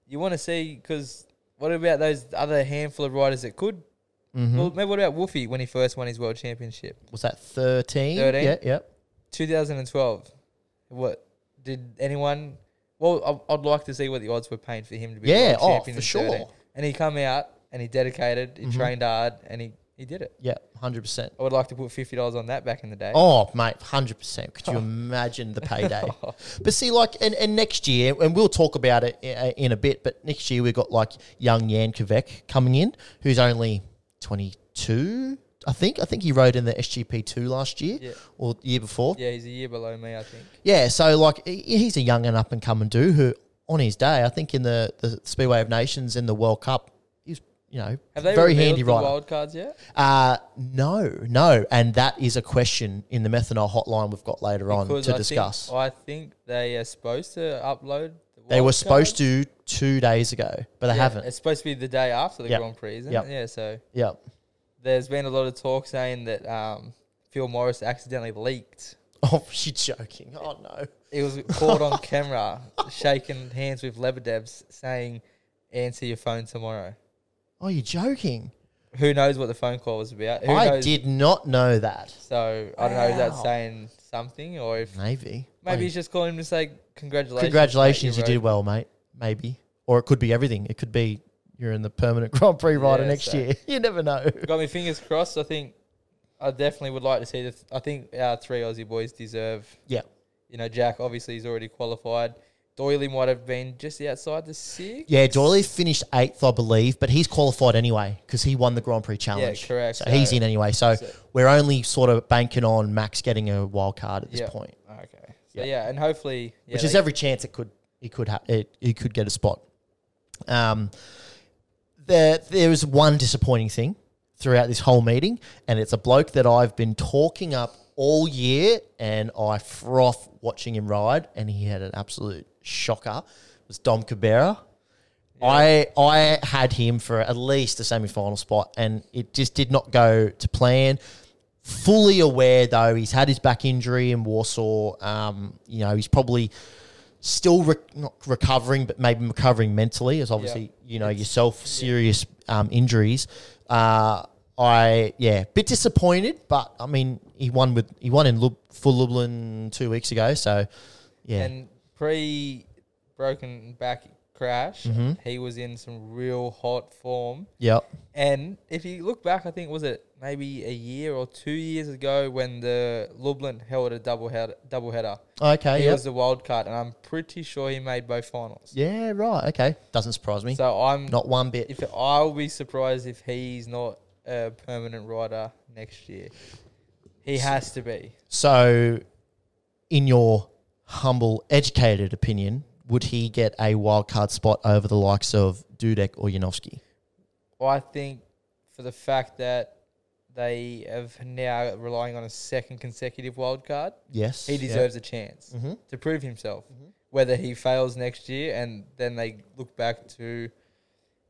Speaker 2: you want to see because what about those other handful of riders that could?
Speaker 1: Mm-hmm.
Speaker 2: Well, maybe what about Wolfie when he first won his world championship,
Speaker 1: Was that thirteen?
Speaker 2: 13?
Speaker 1: Yeah, yeah.
Speaker 2: 2012? What did anyone? Well, I- I'd like to see what the odds were paying for him to be
Speaker 1: Yeah,
Speaker 2: world
Speaker 1: oh,
Speaker 2: champion
Speaker 1: for
Speaker 2: in
Speaker 1: sure. Mm-hmm.
Speaker 2: 13. And he come out and he dedicated, he trained hard, and he he did it.
Speaker 1: Yeah, hundred percent.
Speaker 2: I would like to put fifty dollars on that back in the day.
Speaker 1: Oh, mate, hundred percent. Could you imagine the payday? but see, like, and, and next year, and we'll talk about it i- in a bit. But next year we've got like young Yan Kovek coming in, who's only twenty two. I think. I think he rode in the SGP two last year
Speaker 2: Yeah.
Speaker 1: or the year before.
Speaker 2: Yeah, he's a year below me, I think.
Speaker 1: Yeah, so like he- he's a young and up and coming dude who, on his day, I think in the, the Speedway of Nations and the World Cup, he's you know
Speaker 2: Have they
Speaker 1: very
Speaker 2: revealed
Speaker 1: handy
Speaker 2: the
Speaker 1: rider.
Speaker 2: wild cards yet?
Speaker 1: Uh, no, no, and that is a question in the methanol hotline we've got later on
Speaker 2: Because
Speaker 1: to
Speaker 2: I
Speaker 1: discuss.
Speaker 2: Think, I think they are supposed to upload. The
Speaker 1: they were
Speaker 2: wild
Speaker 1: supposed
Speaker 2: card.
Speaker 1: to two days ago, but they
Speaker 2: Yeah,
Speaker 1: haven't.
Speaker 2: It's supposed to be the day after the
Speaker 1: Yep.
Speaker 2: Grand Prix, isn't
Speaker 1: Yep.
Speaker 2: it? Yeah. So
Speaker 1: Yeah,
Speaker 2: there's been a lot of talk saying that um, Phil Morris accidentally leaked.
Speaker 1: Oh, she's joking. Oh no.
Speaker 2: It was caught on camera shaking hands with Lebedevs, saying, "Answer your phone tomorrow."
Speaker 1: Oh, you're joking.
Speaker 2: Who knows what the phone call was about? Who
Speaker 1: I
Speaker 2: knows?
Speaker 1: did not know that.
Speaker 2: So I don't know if that's
Speaker 1: Wow.
Speaker 2: saying something, or if
Speaker 1: Maybe.
Speaker 2: maybe
Speaker 1: Hey,
Speaker 2: he's just calling him to say congratulations. mate,
Speaker 1: congratulations, you
Speaker 2: rode
Speaker 1: did well, mate. Maybe, or it could be everything. It could be you're in the permanent Grand Prix rider
Speaker 2: Yeah,
Speaker 1: next
Speaker 2: so-
Speaker 1: year. You never know.
Speaker 2: got me fingers crossed. I think I definitely would like to see the. I think our three Aussie boys deserve.
Speaker 1: Yeah.
Speaker 2: You know, Jack obviously he's already qualified. Doyley might have been just outside the six.
Speaker 1: Yeah, Doyley finished eighth, I believe, but he's qualified anyway because he won the Grand Prix challenge.
Speaker 2: correct.
Speaker 1: So, he's
Speaker 2: So-
Speaker 1: in anyway. So,
Speaker 2: so-
Speaker 1: we're only sort of banking on Max getting a wild card at this
Speaker 2: Yeah.
Speaker 1: point,
Speaker 2: Okay. So
Speaker 1: Yeah.
Speaker 2: yeah, and hopefully, yeah,
Speaker 1: which is
Speaker 2: they-
Speaker 1: every chance it could he could ha- it, he could get a spot. Um, there there was one disappointing thing throughout this whole meeting, and it's a bloke that I've been talking up all year, and I froth watching him ride, and he had an absolute shocker. It was Dom Cabrera. I I had him for at least a semi final spot, and it just did not go to plan. Fully aware though, he's had his back injury in Warsaw. Um, you know, he's probably still re- not recovering, but maybe recovering mentally. As obviously, you know, yourself serious um, injuries. Uh, I yeah, bit disappointed, but I mean, he won with he won in Lub- for Lublin two weeks ago, so yeah,
Speaker 2: and pre broken back crash,
Speaker 1: Mm-hmm.
Speaker 2: he was in some real hot form.
Speaker 1: yep,
Speaker 2: And if you look back, I think was it maybe a year or two years ago when the Lublin held a double header. Double header.
Speaker 1: okay,
Speaker 2: He
Speaker 1: Uh, yep.
Speaker 2: was the wild card, and I'm pretty sure he made both finals.
Speaker 1: yeah, right, okay, doesn't surprise me,
Speaker 2: So I'm
Speaker 1: not one bit.
Speaker 2: if I'll be surprised if he's not a permanent rider next year. He has to be.
Speaker 1: So, in your humble, educated opinion, would he get a wild card spot over the likes of Dudek or Yanovsky?
Speaker 2: I think for the fact that they have now relying on a second consecutive wild card,
Speaker 1: Yes,
Speaker 2: he deserves Mm-hmm. a chance
Speaker 1: Mm-hmm.
Speaker 2: to prove himself. Whether he fails next year and then they look back to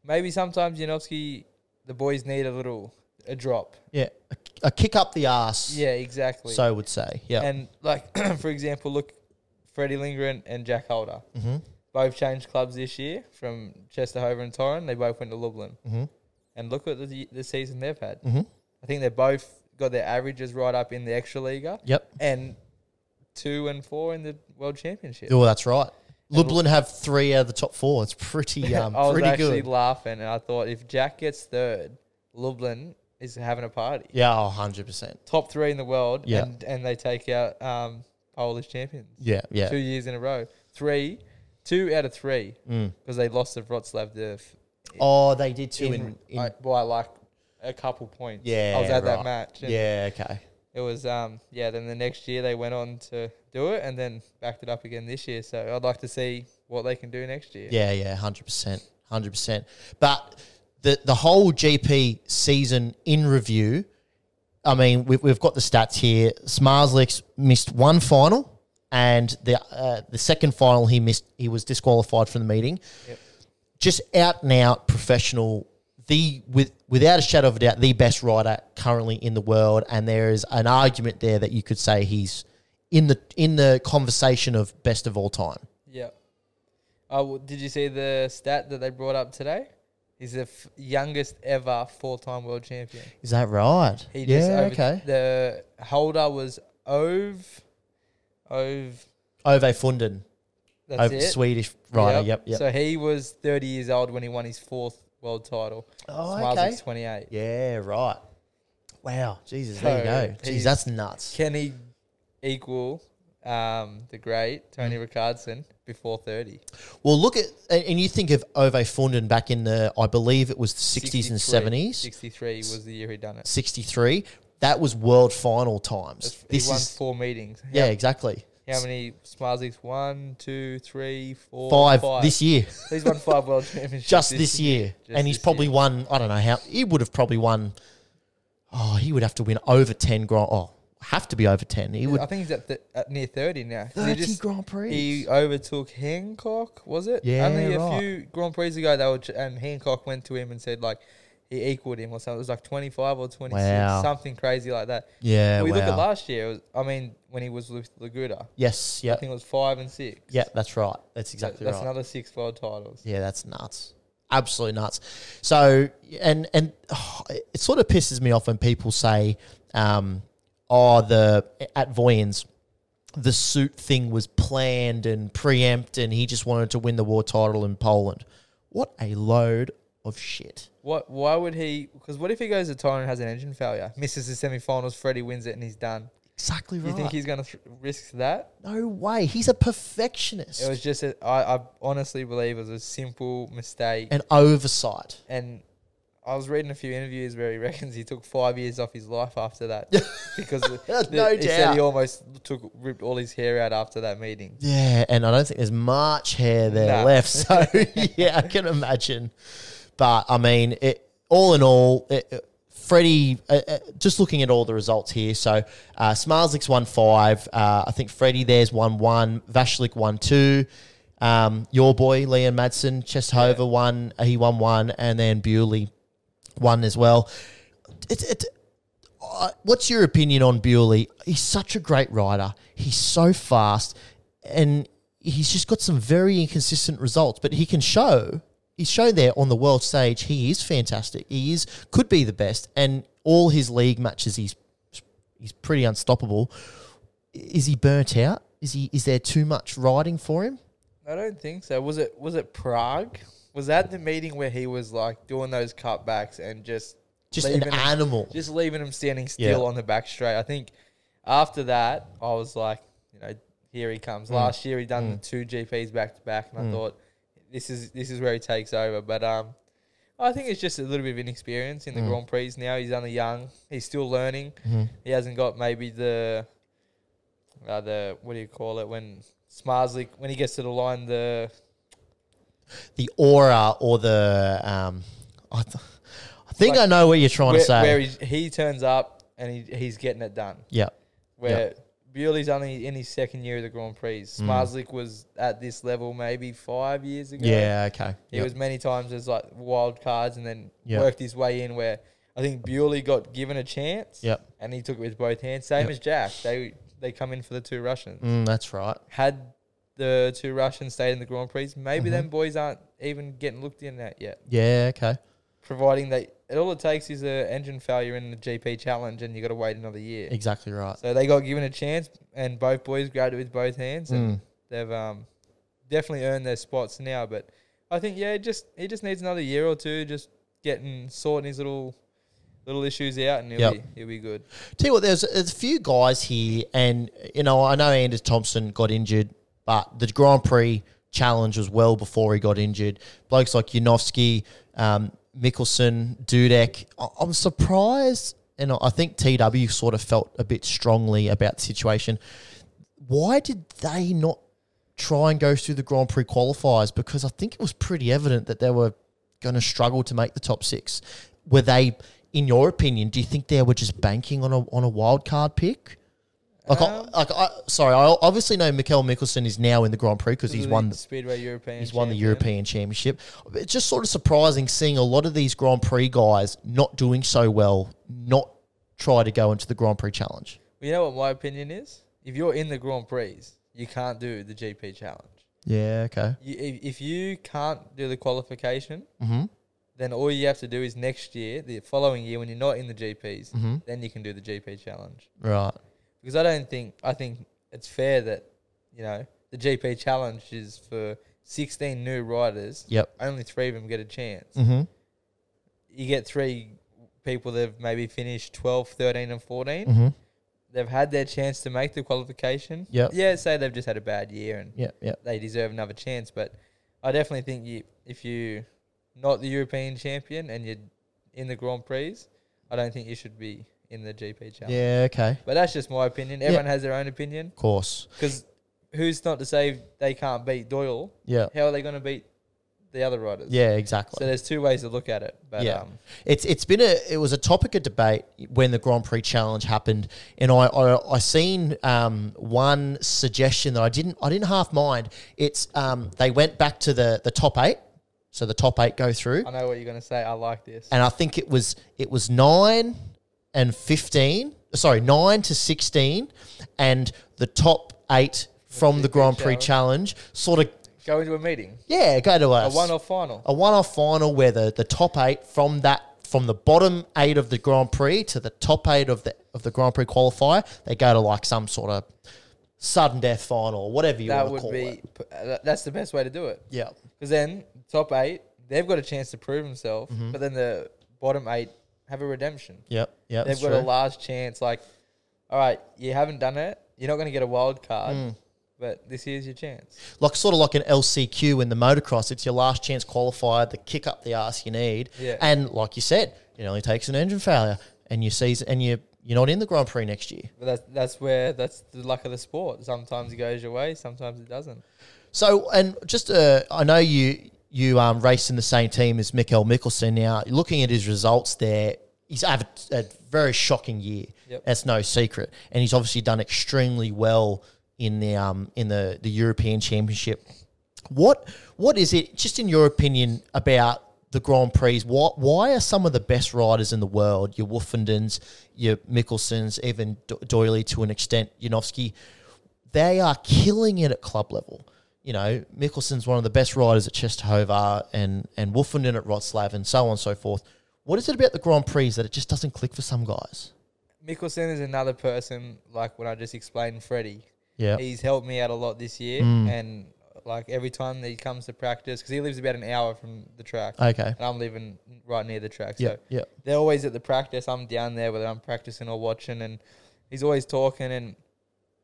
Speaker 2: maybe sometimes Janowski, the boys need a little a drop.
Speaker 1: Yeah, a, a kick up the ass.
Speaker 2: Yeah, exactly.
Speaker 1: so would say. Yeah,
Speaker 2: And like for example, look, Freddie Lindgren and Jack Holder
Speaker 1: Mm-hmm.
Speaker 2: both changed clubs this year from Chester Hover and Torren. They both went to Lublin, mm-hmm. and look at the the season they've had. Mm-hmm. I think they both got their averages right up in the extra leaguer.
Speaker 1: Yep.
Speaker 2: and two and four in the World Championship.
Speaker 1: oh, that's right. Lublin have three out of the top four. It's pretty, um,
Speaker 2: I was
Speaker 1: pretty
Speaker 2: actually
Speaker 1: good.
Speaker 2: laughing, and I thought if Jack gets third, Lublin is having a party.
Speaker 1: yeah, oh, 100 percent.
Speaker 2: Top three in the world,
Speaker 1: Yeah.
Speaker 2: and, and they take out um, Polish champions.
Speaker 1: Yeah, yeah.
Speaker 2: two years in a row. Three, two out of three, because they lost to Wroclaw the f-
Speaker 1: Oh, they did Mm. two in.
Speaker 2: in,
Speaker 1: in-
Speaker 2: I- by like a couple points.
Speaker 1: yeah,
Speaker 2: I was at that
Speaker 1: right.
Speaker 2: match. and
Speaker 1: Yeah, okay.
Speaker 2: it was um yeah. Then the next year they went on to do it, and then backed it up again this year. So I'd like to see what they can do next year.
Speaker 1: Yeah, yeah, hundred percent, hundred percent. But the the whole GP season in review. I mean, we've, we've got the stats here. Smarslik's missed one final, and the uh, the second final he missed. He was disqualified from the meeting. Just out and out professional. The with without a shadow of a doubt, the best rider currently in the world, and there is an argument there that you could say he's in the in the conversation of best of all time.
Speaker 2: Yeah. Oh, w did you see the stat that they brought up today? He's the f- youngest ever four-time world champion.
Speaker 1: Is that right?
Speaker 2: He just over- The holder was Ove. Ove.
Speaker 1: Ove Funden,
Speaker 2: That's
Speaker 1: Ove
Speaker 2: it.
Speaker 1: Swedish rider. Yep, yep.
Speaker 2: So he was 30 years old when he won his fourth world title.
Speaker 1: Oh, okay.
Speaker 2: Smile's 28.
Speaker 1: yeah, right. Wow, Jesus,
Speaker 2: So
Speaker 1: there you go. Jeez,
Speaker 2: he's-
Speaker 1: that's nuts.
Speaker 2: Can he equal um, the great Tony
Speaker 1: Mm.
Speaker 2: Ricardson before 30?
Speaker 1: Well, look at and and you think of Ove Funden back in the, I believe it was the sixties and
Speaker 2: 63.
Speaker 1: seventies,
Speaker 2: 63 was the year he done it.
Speaker 1: sixty three. That was world final times.
Speaker 2: He
Speaker 1: This
Speaker 2: won
Speaker 1: is
Speaker 2: four meetings.
Speaker 1: yeah, exactly.
Speaker 2: How, how many Smile's? One, two, three, four,
Speaker 1: Five, this year,
Speaker 2: He's won five world championships
Speaker 1: just this year,
Speaker 2: Just
Speaker 1: and he's
Speaker 2: this
Speaker 1: probably
Speaker 2: year.
Speaker 1: won. I don't know how he would have probably won. Oh, he would have to win over ten grand. Oh, have to be over ten. He would
Speaker 2: I think he's at, th- at near 30 now. 'cause he
Speaker 1: 30 Grand Prix.
Speaker 2: He overtook Hancock, was it?
Speaker 1: Yeah,
Speaker 2: Only a
Speaker 1: right.
Speaker 2: few Grand Prix ago, they were, ch- and Hancock went to him and said, like, he equaled him or something. It was like 25 or 26,
Speaker 1: Wow.
Speaker 2: something crazy like that.
Speaker 1: yeah.
Speaker 2: we look
Speaker 1: wow.
Speaker 2: at last year, it was, I mean, when he was with Laguda,
Speaker 1: Yes.
Speaker 2: I
Speaker 1: Yep.
Speaker 2: think it was five and six.
Speaker 1: Yeah, that's right. That's
Speaker 2: So
Speaker 1: exactly
Speaker 2: That's
Speaker 1: right.
Speaker 2: another six world titles.
Speaker 1: yeah, that's nuts. Absolutely nuts. So, and and oh, it it sort of pisses me off when people say, um, "Oh, the at Voyans, the suit thing was planned and preempt, and he just wanted to win the war title in Poland." What a load of shit!
Speaker 2: What? Why would he? Because what if he goes to Thailand and has an engine failure, misses the semi-finals, Freddie wins it, and he's done?
Speaker 1: Exactly
Speaker 2: Do you
Speaker 1: right.
Speaker 2: think he's going to th- risk that?
Speaker 1: no way. He's a perfectionist.
Speaker 2: It was just, a, I, I honestly believe it was a simple mistake. And,
Speaker 1: an oversight.
Speaker 2: I was reading a few interviews where he reckons he took five years off his life after that because the,
Speaker 1: No
Speaker 2: he said
Speaker 1: doubt.
Speaker 2: he almost took ripped all his hair out after that meeting.
Speaker 1: Yeah, and I don't think there's much hair there
Speaker 2: Nah.
Speaker 1: left. So yeah, I can imagine. But I mean, it all in all, it, it- Freddie. Uh, uh, just looking at all the results here, so uh, Smarslik's won five. Uh, I think Freddie there's one one. Vashlik won two. Um, your boy Liam Madsen, Chesthover won. He won one, and then Bewley won as well. It, it, uh, what's your opinion on Bewley? He's such a great rider. He's so fast, and he's just got some very inconsistent results. But he can show. He's shown there on the world stage. He is fantastic. He is could be the best, and all his league matches, he's he's pretty unstoppable. Is he burnt out? Is he? Is there too much riding for him?
Speaker 2: I don't think so. Was it was it Prague? Was that the meeting where he was like doing those cutbacks and just
Speaker 1: Just
Speaker 2: leaving
Speaker 1: an
Speaker 2: him-
Speaker 1: animal.
Speaker 2: just leaving him standing still
Speaker 1: Yeah.
Speaker 2: on the back straight? I think after that, I was like, you know, here he comes.
Speaker 1: Mm.
Speaker 2: Last year he done the two GPS back to back, and I thought this is this is where he takes over. But um, I think it's just a little bit of inexperience
Speaker 1: Mm.
Speaker 2: in the Grand Prix now. He's only young. He's still learning. He hasn't got maybe the uh, the what do you call it when Smarslik when he gets to the line the
Speaker 1: the aura or the um, I, th- I think I know what you're trying
Speaker 2: where,
Speaker 1: to say.
Speaker 2: where he, he turns up and he, he's getting it done.
Speaker 1: yeah, Mm.
Speaker 2: Where Bewley's only in his second year of the Grand Prix. Smarslik was at this level maybe five years ago.
Speaker 1: yeah, okay.
Speaker 2: He
Speaker 1: Yep.
Speaker 2: was many times as like wild cards and then
Speaker 1: Yeah.
Speaker 2: worked his way in where I I think Bewley got given a chance.
Speaker 1: Yep.
Speaker 2: And he took it with both hands. Same
Speaker 1: Yep.
Speaker 2: as Jack. They they come in for the two Russians.
Speaker 1: Mm, that's right.
Speaker 2: Had the two Russians stayed in the Grand Prix, maybe
Speaker 1: Mm-hmm.
Speaker 2: them boys aren't even getting looked in at yet.
Speaker 1: Yeah, okay.
Speaker 2: Providing that and all it takes is a engine failure in the GP challenge and you gotta wait another year.
Speaker 1: Exactly right.
Speaker 2: So they got given a chance and both boys grabbed it with both hands and
Speaker 1: Mm.
Speaker 2: they've um definitely earned their spots now. But I think yeah, just he just needs another year or two just getting sorting his little little issues out and he'll
Speaker 1: Yep.
Speaker 2: be he'll be good.
Speaker 1: Tell you what, there's, there's a few guys here, and you know I know Anders Thompson got injured, but the Grand Prix challenge was well before he got injured. Blokes like Yanovsky, um, Mickelson, Dudek. I- I'm surprised, and I- I think TW sort of felt a bit strongly about the situation. Why did they not try and go through the Grand Prix qualifiers? Because I think it was pretty evident that they were going to struggle to make the top six. Were they, in your opinion, do you think they were just banking on a on a wild card pick? Like, I, like I, sorry, I obviously know Mikkel Mickelson is now in the Grand Prix because he's
Speaker 2: the
Speaker 1: won the
Speaker 2: Speedway European.
Speaker 1: He's won the
Speaker 2: champion.
Speaker 1: European Championship. It's just sort of surprising seeing a lot of these Grand Prix guys not doing so well, not try to go into the Grand Prix Challenge.
Speaker 2: You know what my opinion is? If you're in the Grand Prix, you can't do the GP challenge.
Speaker 1: Yeah, okay.
Speaker 2: You, if, if you can't do the qualification,
Speaker 1: Mm-hmm.
Speaker 2: then all you have to do is next year, the following year, when you're not in the GPs,
Speaker 1: Mm-hmm.
Speaker 2: then you can do the GP challenge.
Speaker 1: Right.
Speaker 2: because I don't think I think it's fair that you know the GP challenge is for 16 new riders.
Speaker 1: Yep.
Speaker 2: Only three of them get a chance.
Speaker 1: Mm-hmm.
Speaker 2: You get three people that have maybe finished 12, 13, and 14.
Speaker 1: Mm-hmm.
Speaker 2: They've had their chance to make the qualification.
Speaker 1: Yep.
Speaker 2: Yeah, say they've just had a bad year and
Speaker 1: Yeah, yeah.
Speaker 2: they deserve another chance. But I definitely think you, if you not the European champion and you're in the Grand Prix, I don't think you should be in the GP challenge.
Speaker 1: Yeah, okay.
Speaker 2: But that's just my opinion. Everyone has their own opinion.
Speaker 1: Of course.
Speaker 2: Because who's not to say they can't beat Doyle?
Speaker 1: Yeah.
Speaker 2: How are they going to beat the other riders?
Speaker 1: Yeah, exactly.
Speaker 2: So there's two ways to look at it. But
Speaker 1: yeah,
Speaker 2: um,
Speaker 1: it's it's been a it was a topic of debate when the Grand Prix Challenge happened, and I I, I seen um, one suggestion that I didn't I didn't half mind. It's um, they went back to the the top eight, so the top eight go through,
Speaker 2: I know what you're going to say. I like this.
Speaker 1: and I think it was it was nine and fifteen, sorry nine to sixteen, and the top eight from the
Speaker 2: GP
Speaker 1: Grand Prix
Speaker 2: Challenge.
Speaker 1: Challenge sort of
Speaker 2: Go into a meeting,
Speaker 1: yeah go to
Speaker 2: a
Speaker 1: us
Speaker 2: one-off final.
Speaker 1: a one-off final where the, the top eight from that from the bottom eight of the Grand Prix to the top eight of the of the Grand Prix qualifier, they go to like some sort of sudden death final or whatever you want
Speaker 2: that
Speaker 1: to
Speaker 2: would
Speaker 1: call
Speaker 2: be.
Speaker 1: it.
Speaker 2: p- uh, That's the best way to do it.
Speaker 1: Yeah,
Speaker 2: Because then top eight, they've got a chance to prove themselves.
Speaker 1: Mm-hmm.
Speaker 2: But then the bottom eight have a redemption.
Speaker 1: yep, yep.
Speaker 2: they've
Speaker 1: that's
Speaker 2: got
Speaker 1: true.
Speaker 2: a large chance. Like, all right, you haven't done it. You're not going to get a wild card.
Speaker 1: Mm.
Speaker 2: But this is your chance.
Speaker 1: like sort of like an LCQ in the motocross. It's your last chance qualifier, the kick up the ass you need.
Speaker 2: Yeah.
Speaker 1: And like you said, it only takes an engine failure, and you season, and you you're not in the Grand Prix next year.
Speaker 2: But that's that's where that's the luck of the sport. Sometimes it goes your way, sometimes it doesn't.
Speaker 1: So, and just uh, I know you you um, raced in the same team as Mikkel Mickelson. Now, looking at his results there, he's had a very shocking year.
Speaker 2: Yep.
Speaker 1: That's no secret, and he's obviously done extremely well in the um, in the the European Championship. What what is it? Just in your opinion about the Grand Prix, why, why are some of the best riders in the world, your Wolfendens, your Mickelsons, even Do- Doyley to an extent, Yanovsky, they are killing it at club level. You know, Mickelson's one of the best riders at Czestochowa and and Wolfenden at Rotslav and so on and so forth. What is it about the Grand Prix that it just doesn't click for some guys?
Speaker 2: Mickelson is another person like when I just explained Freddie.
Speaker 1: Yeah,
Speaker 2: He's helped me out a lot this year,
Speaker 1: Mm.
Speaker 2: and like every time that he comes to practice, because he lives about an hour from the track,
Speaker 1: Okay.
Speaker 2: and I'm living right near the track,
Speaker 1: yeah,
Speaker 2: so
Speaker 1: yeah,
Speaker 2: they're always at the practice. I'm down there whether I'm practicing or watching, and he's always talking, and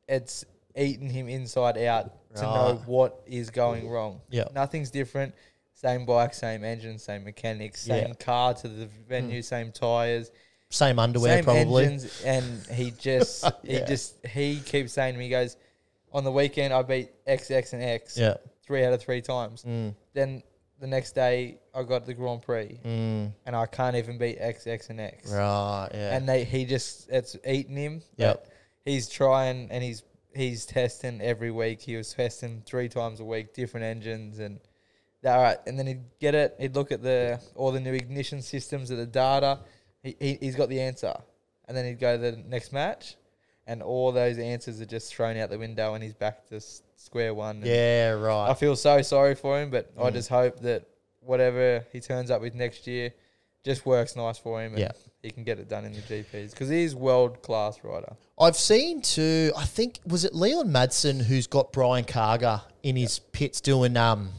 Speaker 2: it's eating him inside out to know
Speaker 1: Right.
Speaker 2: what is going wrong.
Speaker 1: Yeah.
Speaker 2: nothing's different. Same bike, same engine, same mechanics, same
Speaker 1: Yeah.
Speaker 2: car to the venue, same tires,
Speaker 1: same underwear
Speaker 2: same
Speaker 1: probably.
Speaker 2: engines, and he just he
Speaker 1: Yeah.
Speaker 2: just he keeps saying to me, he goes, on the weekend I beat X, X, and X
Speaker 1: Yeah, Mm.
Speaker 2: three out of three times. Then the next day I got the Grand Prix, and I can't even beat X, X, and X
Speaker 1: Mm, right. Yeah,
Speaker 2: and they he just it's eating him.
Speaker 1: Yep.
Speaker 2: but He's trying and he's he's testing every week. He was testing three times a week, different engines and all right. And then he'd get it. He'd look at the all the new ignition systems of the data. he, he he's got the answer, and then he'd go to the next match, and all those answers are just thrown out the window, and he's back to s- square one. And
Speaker 1: Yeah, right.
Speaker 2: I feel so sorry for him, but
Speaker 1: Mm.
Speaker 2: I just hope that whatever he turns up with next year just works nice for him. And
Speaker 1: Yeah.
Speaker 2: he can get it done in the GPs because he's world class rider.
Speaker 1: I've seen too. I think was it Leon Madsen who's got Brian Carger in his pits doing um,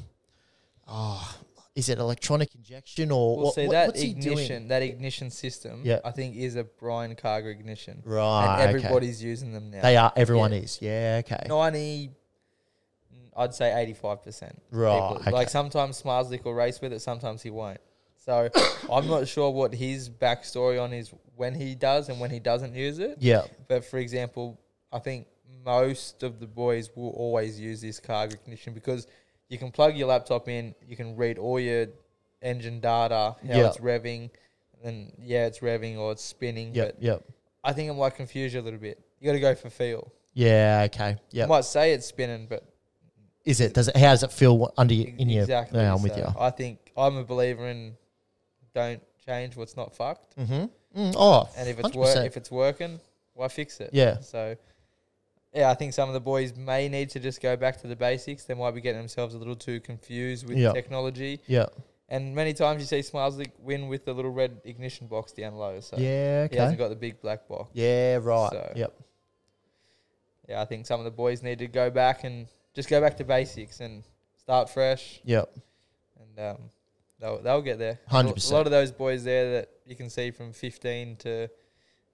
Speaker 1: oh, is it electronic injection or
Speaker 2: We'll
Speaker 1: what-
Speaker 2: see
Speaker 1: what-
Speaker 2: that
Speaker 1: what's he doing?
Speaker 2: ignition, that ignition system.
Speaker 1: Yeah.
Speaker 2: I think is a Brian Carger ignition.
Speaker 1: Right, okay.
Speaker 2: and everybody's using them now.
Speaker 1: They are. Everyone
Speaker 2: Yeah.
Speaker 1: is. Yeah. Okay.
Speaker 2: ninety. I'd say eighty-five percent.
Speaker 1: Right, okay.
Speaker 2: Like sometimes Smarslick will race with it. Sometimes he won't. So I'm not sure what his backstory on is when he does and when he doesn't use it.
Speaker 1: yeah.
Speaker 2: But for example, I think most of the boys will always use this cargo ignition because you can plug your laptop in, you can read all your engine data, how
Speaker 1: Yeah.
Speaker 2: it's revving, and yeah, it's revving or it's spinning.
Speaker 1: Yep.
Speaker 2: But
Speaker 1: Yep.
Speaker 2: I think it might confuse you a little bit. You got to go for feel.
Speaker 1: Yeah. Okay.
Speaker 2: You
Speaker 1: Yep.
Speaker 2: might say it's spinning, but
Speaker 1: Is it? Does it? How does it feel under you? In your,
Speaker 2: exactly.
Speaker 1: Yeah, I'm with
Speaker 2: so
Speaker 1: you.
Speaker 2: I think I'm a believer in don't change what's not fucked,
Speaker 1: Mm-hmm. Mm, oh.
Speaker 2: and if it's wor-
Speaker 1: 100%.
Speaker 2: if it's working, why fix it?
Speaker 1: Yeah.
Speaker 2: So, yeah, I think some of the boys may need to just go back to the basics. They might be getting themselves a little too confused with
Speaker 1: Yeah.
Speaker 2: technology.
Speaker 1: yeah.
Speaker 2: And many times you see Smilesley win with the little red ignition box down low. So
Speaker 1: yeah.
Speaker 2: he
Speaker 1: Okay.
Speaker 2: hasn't got the big black box.
Speaker 1: Yeah. Right.
Speaker 2: So-
Speaker 1: Yep.
Speaker 2: Yeah, I think some of the boys need to go back and just go back to basics and start fresh,
Speaker 1: Yep.
Speaker 2: and um, they'll they'll get there. A lo-
Speaker 1: 100%.
Speaker 2: A lot of those boys there that you can see from 15 to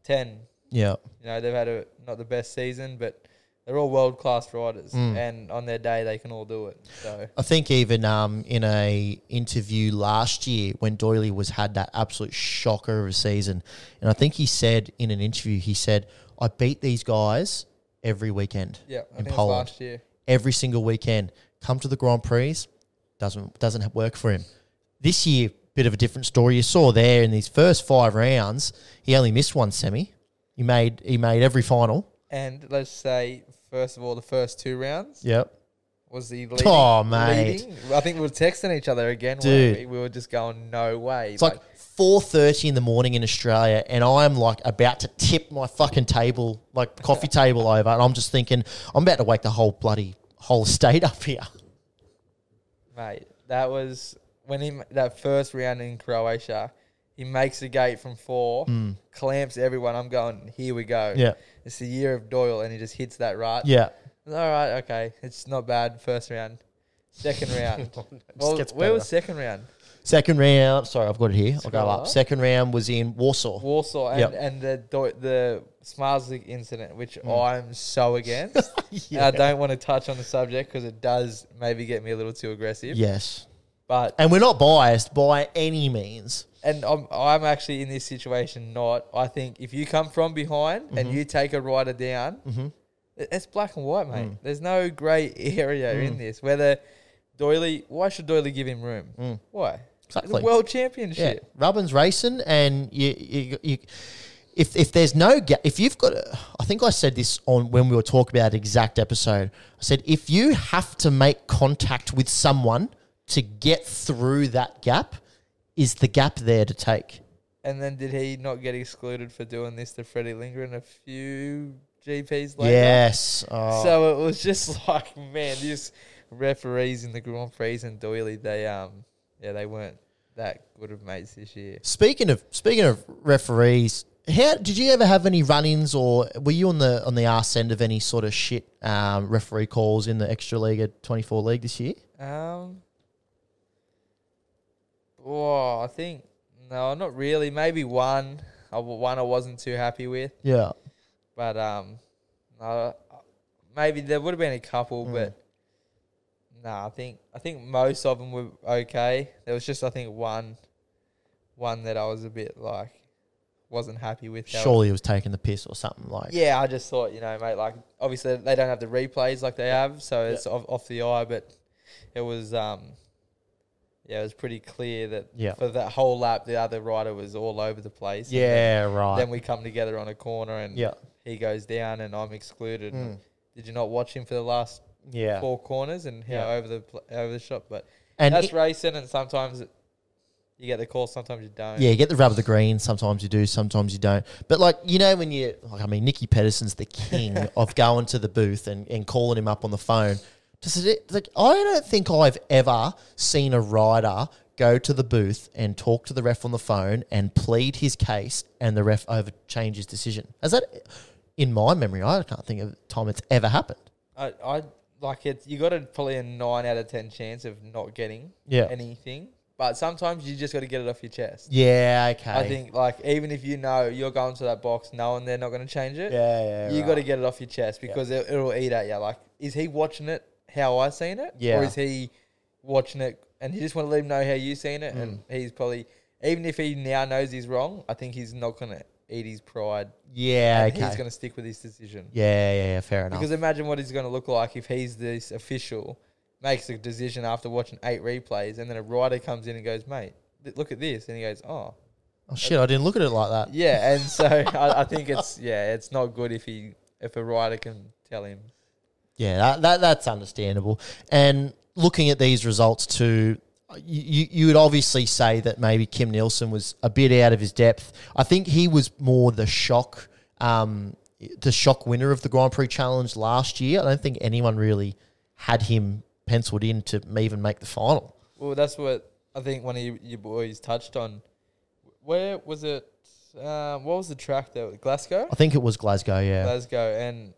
Speaker 2: 10
Speaker 1: Yep.
Speaker 2: You know, they've had a not the best season, but they're all world class riders,
Speaker 1: Mm.
Speaker 2: and on their day they can all do it. So
Speaker 1: I think even um, in a interview last year when Doyley was had that absolute shocker of a season, and I think he said in an interview he said, "I beat these guys every weekend
Speaker 2: yeah, I
Speaker 1: in
Speaker 2: think it was
Speaker 1: Poland,
Speaker 2: last year.
Speaker 1: every single weekend. Come to the Grand Prix, doesn't doesn't work for him. This year, bit of a different story. You saw there in these first five rounds, he only missed one semi. He made he made every final.
Speaker 2: And let's say first of all, the first two rounds
Speaker 1: Yep.
Speaker 2: was the leading,
Speaker 1: Oh, mate.
Speaker 2: leading. I think we were texting each other again.
Speaker 1: Dude.
Speaker 2: Dude, we? we were just going, no way.
Speaker 1: It's like four thirty in the morning in Australia, and I'm like about to tip my fucking table, like coffee table over, and I'm just thinking I'm about to wake the whole bloody whole state up here.
Speaker 2: Mate, that was when he ma- that first round in Croatia. He makes the gate from four, clamps everyone. I'm going. Here we go.
Speaker 1: Mm. Yeah.
Speaker 2: it's the year of Doyle, and he just hits that right.
Speaker 1: Yeah,
Speaker 2: All right, okay, it's not bad. First round, second round. well,
Speaker 1: gets
Speaker 2: where was
Speaker 1: better.
Speaker 2: second round?
Speaker 1: second round. Sorry, I've got it here. I'll go
Speaker 2: Scroll
Speaker 1: up.
Speaker 2: up.
Speaker 1: Second round was in Warsaw.
Speaker 2: Warsaw and,
Speaker 1: Yep. Hmm.
Speaker 2: and the Doi- the Smarslik incident, which I'm so against.
Speaker 1: Yeah.
Speaker 2: And I don't want to touch on the subject because it does maybe get me a little too aggressive.
Speaker 1: Yes,
Speaker 2: But
Speaker 1: and we're not biased by any means.
Speaker 2: and I'm I'm actually in this situation not. I think if you come from behind and you take a rider down, it- it's black and white, mate. There's no grey area in this. Whether Doyley, why should Doyley give him room? Why? It's
Speaker 1: Exactly.
Speaker 2: a world championship.
Speaker 1: Yeah, Rubbin's racing, and you, you, you if if there's no ga- if you've got, I think I said this on when we were talking about exact episode. I said if you have to make contact with someone to get through that gap, is the gap there to take?
Speaker 2: And then did he not get excluded for doing this to Freddie Lindgren a few GPs later?
Speaker 1: Yes. Oh,
Speaker 2: So it was just like, man, these referees in the Grand Prix and Doyley, they um, yeah, they weren't that good of mates this year.
Speaker 1: speaking of speaking of referees. How did you ever have any run-ins, or were you on the on the arse end of any sort of shit um, referee calls in the extra league at twenty four league this year?
Speaker 2: Um, oh, I think no, not really. Maybe one, I w- one I wasn't too happy with,
Speaker 1: Yeah,
Speaker 2: but um, no, maybe there would have been a couple, but no, I think I think most of them were okay. There was just I think one, one that I was a bit like wasn't happy with. how it
Speaker 1: surely it was taking the piss or something like.
Speaker 2: Yeah, I just thought, you know, mate, like obviously they don't have the replays like they have, so it's off, off the eye, but it was um yeah, it was pretty clear that
Speaker 1: Yeah.
Speaker 2: for that whole lap the other rider was all over the place. and then,
Speaker 1: Yeah, right.
Speaker 2: then we come together on a corner and
Speaker 1: yeah, Mm.
Speaker 2: he goes down and I'm excluded. and Did you not watch him for the last
Speaker 1: yeah.
Speaker 2: four corners and how
Speaker 1: Yeah.
Speaker 2: over the pl- over the shop? But
Speaker 1: and
Speaker 2: that's
Speaker 1: it-
Speaker 2: racing, and sometimes it, You get the call, sometimes you don't.
Speaker 1: Yeah, you get the rub of the green. Sometimes you do, sometimes you don't. But like you know, when you like, I mean, Nicky Pedersen's the king of going to the booth and, and calling him up on the phone. Just as it- like I don't think I've ever seen a rider go to the booth and talk to the ref on the phone and plead his case, and the ref overchange his decision. Has that in my memory? I can't think of a time it's ever happened.
Speaker 2: I, I like it. You got a, probably a nine out of ten chance of not getting
Speaker 1: Yeah.
Speaker 2: anything, but sometimes you just got to get it off your chest.
Speaker 1: Yeah. Okay.
Speaker 2: I think like even if you know you're going to that box, knowing they're not going to change it,
Speaker 1: Yeah. yeah
Speaker 2: you
Speaker 1: right.
Speaker 2: got to get it off your chest because it, it'll eat at you. Like, is he watching it how I seen it,
Speaker 1: Yeah.
Speaker 2: or is he watching it and you just want to let him know how you seen it?
Speaker 1: Mm.
Speaker 2: And he's probably even if he now knows he's wrong, I think he's not going to eat his pride.
Speaker 1: Yeah.
Speaker 2: and
Speaker 1: Okay.
Speaker 2: he's going to stick with his decision.
Speaker 1: yeah. Yeah. Yeah. Fair enough.
Speaker 2: Because imagine what he's going to look like if he's this official, makes a decision after watching eight replays, and then a rider comes in and goes, mate, th- look at this. And he goes, oh.
Speaker 1: oh shit! I didn't look at it like that.
Speaker 2: Yeah. And so I, I think it's, yeah, it's not good if he, if a rider can tell him.
Speaker 1: Yeah, that, that that's understandable. And looking at these results too, you, you you would obviously say that maybe Kim Nielsen was a bit out of his depth. I think he was more the shock, um, the shock winner of the Grand Prix Challenge last year. I don't think anyone really had him penciled in to even make the final.
Speaker 2: Well, that's what I think one of you, your boys touched on. Where was it? Um, what was the track though? Glasgow?
Speaker 1: I think it was Glasgow. Oh, Yeah, Mm.
Speaker 2: Glasgow. And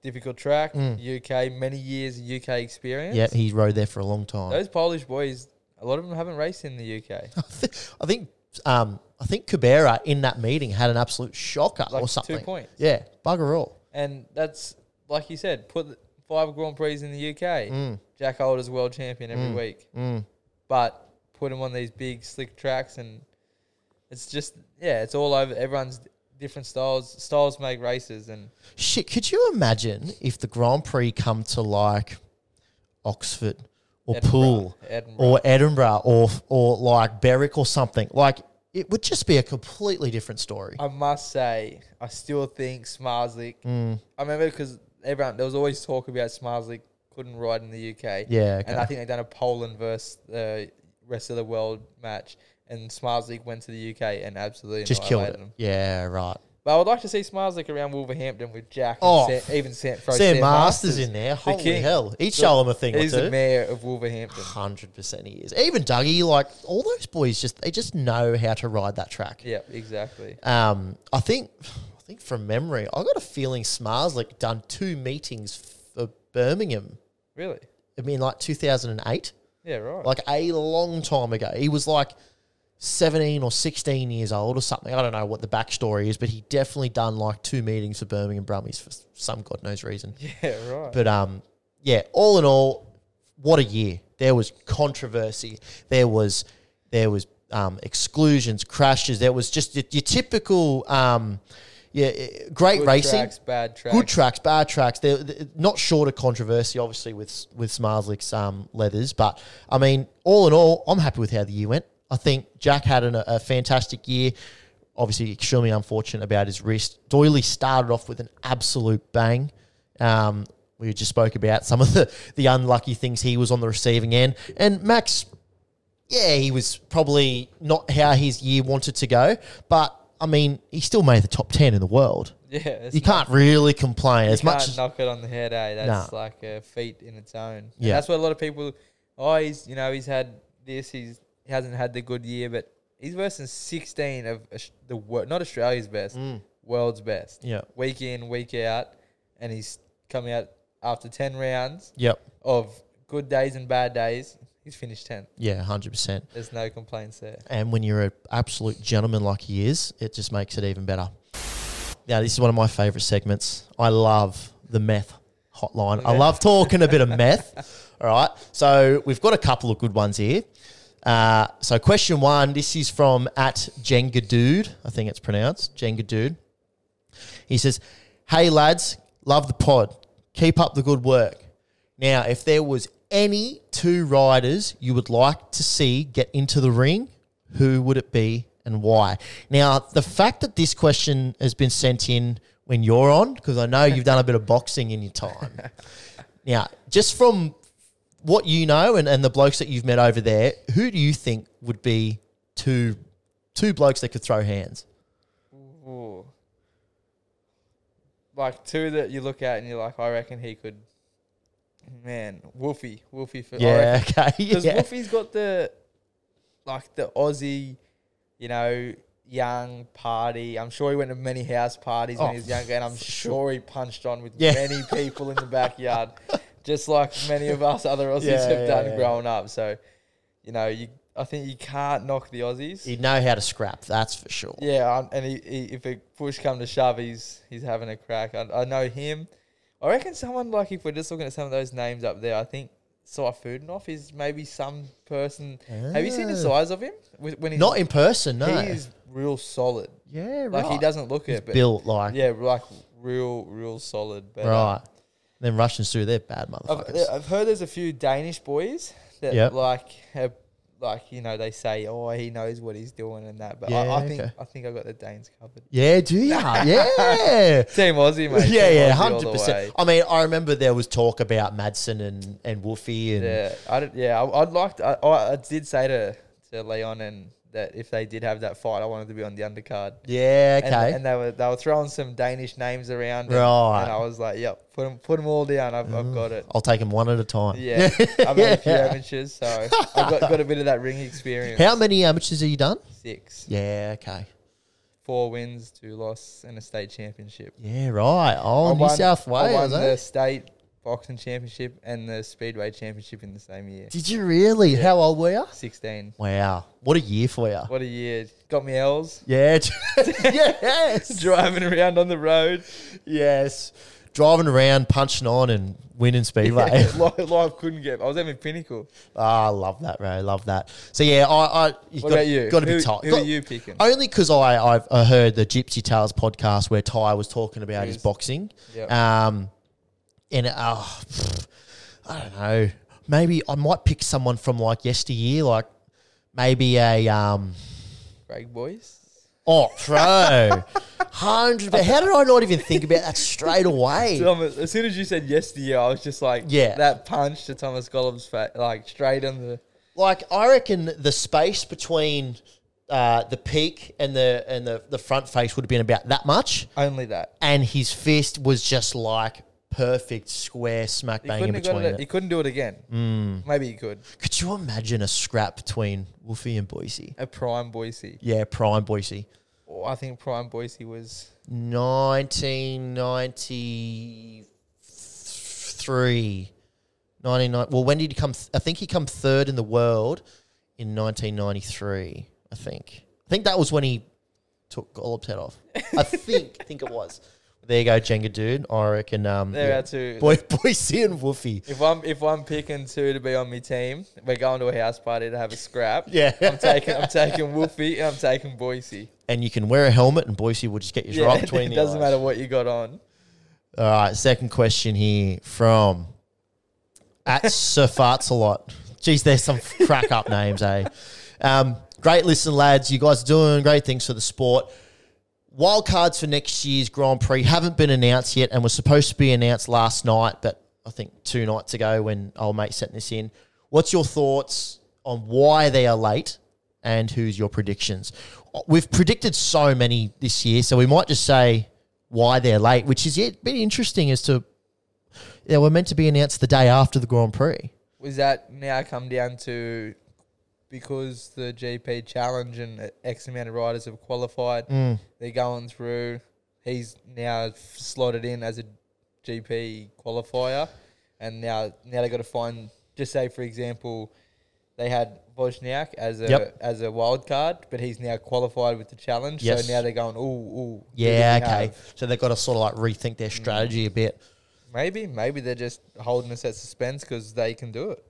Speaker 2: difficult track, UK, many years of UK experience.
Speaker 1: yeah, he rode there for a long time.
Speaker 2: Those Polish boys, a lot of them haven't raced in the UK.
Speaker 1: I thi- I think um, I think Cabrera in that meeting had an absolute shocker
Speaker 2: Like
Speaker 1: or something.
Speaker 2: two points.
Speaker 1: Yeah, bugger all.
Speaker 2: And that's, like you said, put the- five Grand Prix in the UK. Jack Holder's world champion every week. But put him on these big, slick tracks and it's just, yeah, it's all over. Everyone's different styles. Styles make races. And
Speaker 1: Shit, could you imagine if the Grand Prix come to like Oxford or
Speaker 2: Edinburgh,
Speaker 1: Poole
Speaker 2: Edinburgh.
Speaker 1: or Edinburgh or or like Berwick or something? Like it would just be a completely different story.
Speaker 2: I must say, I still think Smarslik,
Speaker 1: Mm.
Speaker 2: I remember because everyone, there was always talk about Smarslik couldn't ride in the UK.
Speaker 1: Yeah, okay.
Speaker 2: And I think they done a Poland versus the rest of the world match, and Smarslik went to the UK and absolutely
Speaker 1: just killed
Speaker 2: annihilated
Speaker 1: it.
Speaker 2: them.
Speaker 1: Yeah, right.
Speaker 2: But I would like to see Smarslik around Wolverhampton with Jack.
Speaker 1: Oh,
Speaker 2: and Sam, even Sam, throw
Speaker 1: Sam
Speaker 2: Sam
Speaker 1: Masters, in there.
Speaker 2: the
Speaker 1: Holy
Speaker 2: king.
Speaker 1: hell. He'd show him a thing
Speaker 2: He's
Speaker 1: or
Speaker 2: the
Speaker 1: two.
Speaker 2: mayor of Wolverhampton.
Speaker 1: Hundred percent, he is. Even Dougie, like all those boys, just they just know how to ride that track.
Speaker 2: yeah, exactly.
Speaker 1: Um, I think, I think from memory, I got a feeling Smarslik done two meetings for Birmingham.
Speaker 2: Really?
Speaker 1: I mean, like 2008,
Speaker 2: Yeah, right.
Speaker 1: like a long time ago. He was like 17 or 16 years old or something. I don't know what the backstory is, but he definitely done like two meetings for Birmingham Brummies for some god knows reason.
Speaker 2: yeah, right.
Speaker 1: But um, yeah, all in all, what a year. There was controversy. There was there was um, exclusions, crashes. There was just your, your typical um, yeah, eh, great
Speaker 2: Good
Speaker 1: racing.
Speaker 2: tracks, bad tracks.
Speaker 1: Good tracks, bad tracks. They're, they're not short of controversy, obviously, with with Smarslick's um, leathers. But I mean, all in all, I'm happy with how the year went. I think Jack had an, a fantastic year. Obviously, extremely unfortunate about his wrist. Doyley started off with an absolute bang. Um, we just spoke about some of the, the unlucky things he was on the receiving end. And Max yeah, he was probably not how his year wanted to go, but I mean, he still made the top 10 in the world.
Speaker 2: yeah, it's
Speaker 1: You can't really complain as
Speaker 2: You
Speaker 1: much
Speaker 2: can't
Speaker 1: as.
Speaker 2: knock it on the head, eh? That's like a feat in its own. And
Speaker 1: Yeah.
Speaker 2: that's what a lot of people. Oh, he's you know he's had this. He's he hasn't had the good year, but he's worse than sixteen of Aus- the wor- not Australia's best, world's best.
Speaker 1: Mm. Yeah.
Speaker 2: week in week out, and he's coming out after ten rounds
Speaker 1: Yep.
Speaker 2: of good days and bad days. He's finished tenth.
Speaker 1: Yeah, 100%.
Speaker 2: There's no complaints there.
Speaker 1: And when you're an absolute gentleman like he is, it just makes it even better. Now, this is one of my favorite segments. I love the meth hotline. I love talking a bit of meth. All right. So we've got a couple of good ones here. Uh, so question one, this is from at Jenga Dude. I think it's pronounced Jenga Dude. He says, Hey lads, love the pod. Keep up the good work. Now, if there was any two riders you would like to see get into the ring, who would it be and why? Now, the fact that this question has been sent in when you're on, because I know you've done a bit of boxing in your time. Now, just from what you know and, and the blokes that you've met over there, who do you think would be two two blokes that could throw hands?
Speaker 2: Ooh. Like two that you look at and you're like, I reckon he could. Man, Wolfie, Wolfie for I
Speaker 1: Yeah, okay.
Speaker 2: Because
Speaker 1: Yeah.
Speaker 2: Wolfie's got the like the Aussie, you know, young party. I'm sure he went to many house parties
Speaker 1: Oh,
Speaker 2: when he was younger, and I'm sure he punched on with
Speaker 1: Yeah.
Speaker 2: many people in the backyard, just like many of us other Aussies
Speaker 1: Yeah,
Speaker 2: have
Speaker 1: yeah,
Speaker 2: done
Speaker 1: yeah.
Speaker 2: growing up. So, you know, you I think you can't knock the Aussies.
Speaker 1: He'd know how to scrap, that's for sure.
Speaker 2: Yeah, um, and he, he, if a push come to shove, he's he's having a crack. I, I know him. I reckon someone like if we're just looking at some of those names up there, I think Saifudinoff is maybe some person. Have you seen the
Speaker 1: Ah.
Speaker 2: size of him? Wh- When he's
Speaker 1: Not in person, no.
Speaker 2: he is real solid.
Speaker 1: yeah, right.
Speaker 2: Like he doesn't look it, but
Speaker 1: built like
Speaker 2: yeah, like real, real solid. But, uh,
Speaker 1: right. Then Russians too, they're bad
Speaker 2: I've, uh,
Speaker 1: motherfuckers.
Speaker 2: I've heard there's a few Danish boys that
Speaker 1: Yep.
Speaker 2: like have, like you know they say oh he knows what he's doing and that, but
Speaker 1: Yeah,
Speaker 2: I, I think
Speaker 1: okay.
Speaker 2: I think I got the Danes covered.
Speaker 1: yeah, do ya? Yeah.
Speaker 2: Team Aussie, mate.
Speaker 1: yeah,
Speaker 2: Team
Speaker 1: yeah,
Speaker 2: Aussie all
Speaker 1: hundred
Speaker 2: the
Speaker 1: percent.
Speaker 2: way.
Speaker 1: I mean, I remember there was talk about Madsen and and Wolfie and
Speaker 2: Yeah, I did, yeah. I, I'd like. To, I, I did say to to Leon and that if they did have that fight, I wanted to be on the undercard.
Speaker 1: yeah,
Speaker 2: And,
Speaker 1: okay,
Speaker 2: and they were they were throwing some Danish names around. And,
Speaker 1: Right.
Speaker 2: And I was like, yep, put them all down. I've, I've got it.
Speaker 1: I'll take them one at a time.
Speaker 2: Yeah, I've had a few
Speaker 1: Mm. Yeah.
Speaker 2: amateurs, so I've got, got a bit of that ring experience.
Speaker 1: How many amateurs have you done?
Speaker 2: Six,
Speaker 1: Yeah, okay.
Speaker 2: four wins, two loss, and a state championship.
Speaker 1: Yeah, right. Oh,
Speaker 2: I
Speaker 1: New
Speaker 2: won-
Speaker 1: South
Speaker 2: I won
Speaker 1: Wales. eh?
Speaker 2: the state boxing championship and the speedway championship in the same year.
Speaker 1: Did you really? How old were you?
Speaker 2: Sixteen.
Speaker 1: Wow, what a year for you.
Speaker 2: What a year. Got me L's.
Speaker 1: Yeah, yes,
Speaker 2: Driving around on the road.
Speaker 1: yes. Driving around, punching on, and winning speedway.
Speaker 2: Life, life couldn't get. I was having pinnacle.
Speaker 1: Ah, I love that, bro. I love that. So yeah, I, I you
Speaker 2: What
Speaker 1: got,
Speaker 2: about you?
Speaker 1: Got to be
Speaker 2: Who-
Speaker 1: tight.
Speaker 2: who
Speaker 1: Got-
Speaker 2: are you picking?
Speaker 1: Only because I I've I heard the Gypsy Tales podcast where Ty was talking about his
Speaker 2: Yes.
Speaker 1: boxing.
Speaker 2: Yep.
Speaker 1: Um, and oh, pff, I don't know. Maybe I might pick someone from like yesteryear, like maybe a um.
Speaker 2: Greg Boys.
Speaker 1: Oh, bro, hundred. But how did I not even think about that straight away?
Speaker 2: Thomas, as soon as you said yes to you, I was just like,
Speaker 1: Yeah.
Speaker 2: that punch to Thomas Gollum's face, like straight on the.
Speaker 1: like I reckon the space between uh, the peak and the and the, the front face would have been about that much,
Speaker 2: Only that.
Speaker 1: and his fist was just like perfect square smack
Speaker 2: He
Speaker 1: bang in
Speaker 2: couldn't, have got
Speaker 1: between.
Speaker 2: it,
Speaker 1: It. Mm.
Speaker 2: he couldn't do it again. Maybe he could.
Speaker 1: Could you imagine a scrap between Wolfie and Boise?
Speaker 2: A prime Boise.
Speaker 1: Yeah, prime Boise,
Speaker 2: Oh, I think prime Boise was.
Speaker 1: nineteen ninety three. 99 well when did he come th- i think he come third in the world in 1993 i think i think that was when he took Gollop's head off i think think it was there you go jenga dude i reckon um
Speaker 2: There
Speaker 1: yeah.
Speaker 2: are two.
Speaker 1: boy boise and woofy
Speaker 2: If I'm if I'm picking two to be on my team, we're going to a house party to have a scrap.
Speaker 1: Yeah.
Speaker 2: I'm taking I'm taking Wolfie and I'm taking Boise.
Speaker 1: and you can wear a helmet and boise will just get you right between
Speaker 2: it
Speaker 1: the
Speaker 2: doesn't
Speaker 1: eyes.
Speaker 2: matter what you got on.
Speaker 1: all right second question here from at Sir Farts a lot. Geez, there's some crack up names, eh? Um, great listen, lads. You guys are doing great things for the sport. Wild cards for next year's Grand Prix haven't been announced yet and were supposed to be announced last night, but I think two nights ago when old mate sent this in. What's your thoughts on why they are late and who's your predictions? We've predicted so many this year, so we might just say why they're late, which is yet been interesting as to they were meant to be announced the day after the Grand Prix.
Speaker 2: Was that now come down to because the GP challenge and X amount of riders have qualified,
Speaker 1: Mm.
Speaker 2: they're going through. He's now f- slotted in as a GP qualifier, and now now they got to find. Just say for example, they had Wozniak as a
Speaker 1: Yep.
Speaker 2: as a wild card, but he's now qualified with the challenge.
Speaker 1: Yes.
Speaker 2: So now they're going, oh, oh,
Speaker 1: Yeah, okay. So they've got to sort of like rethink their strategy a bit.
Speaker 2: Maybe maybe they're just holding us at suspense because they can do it.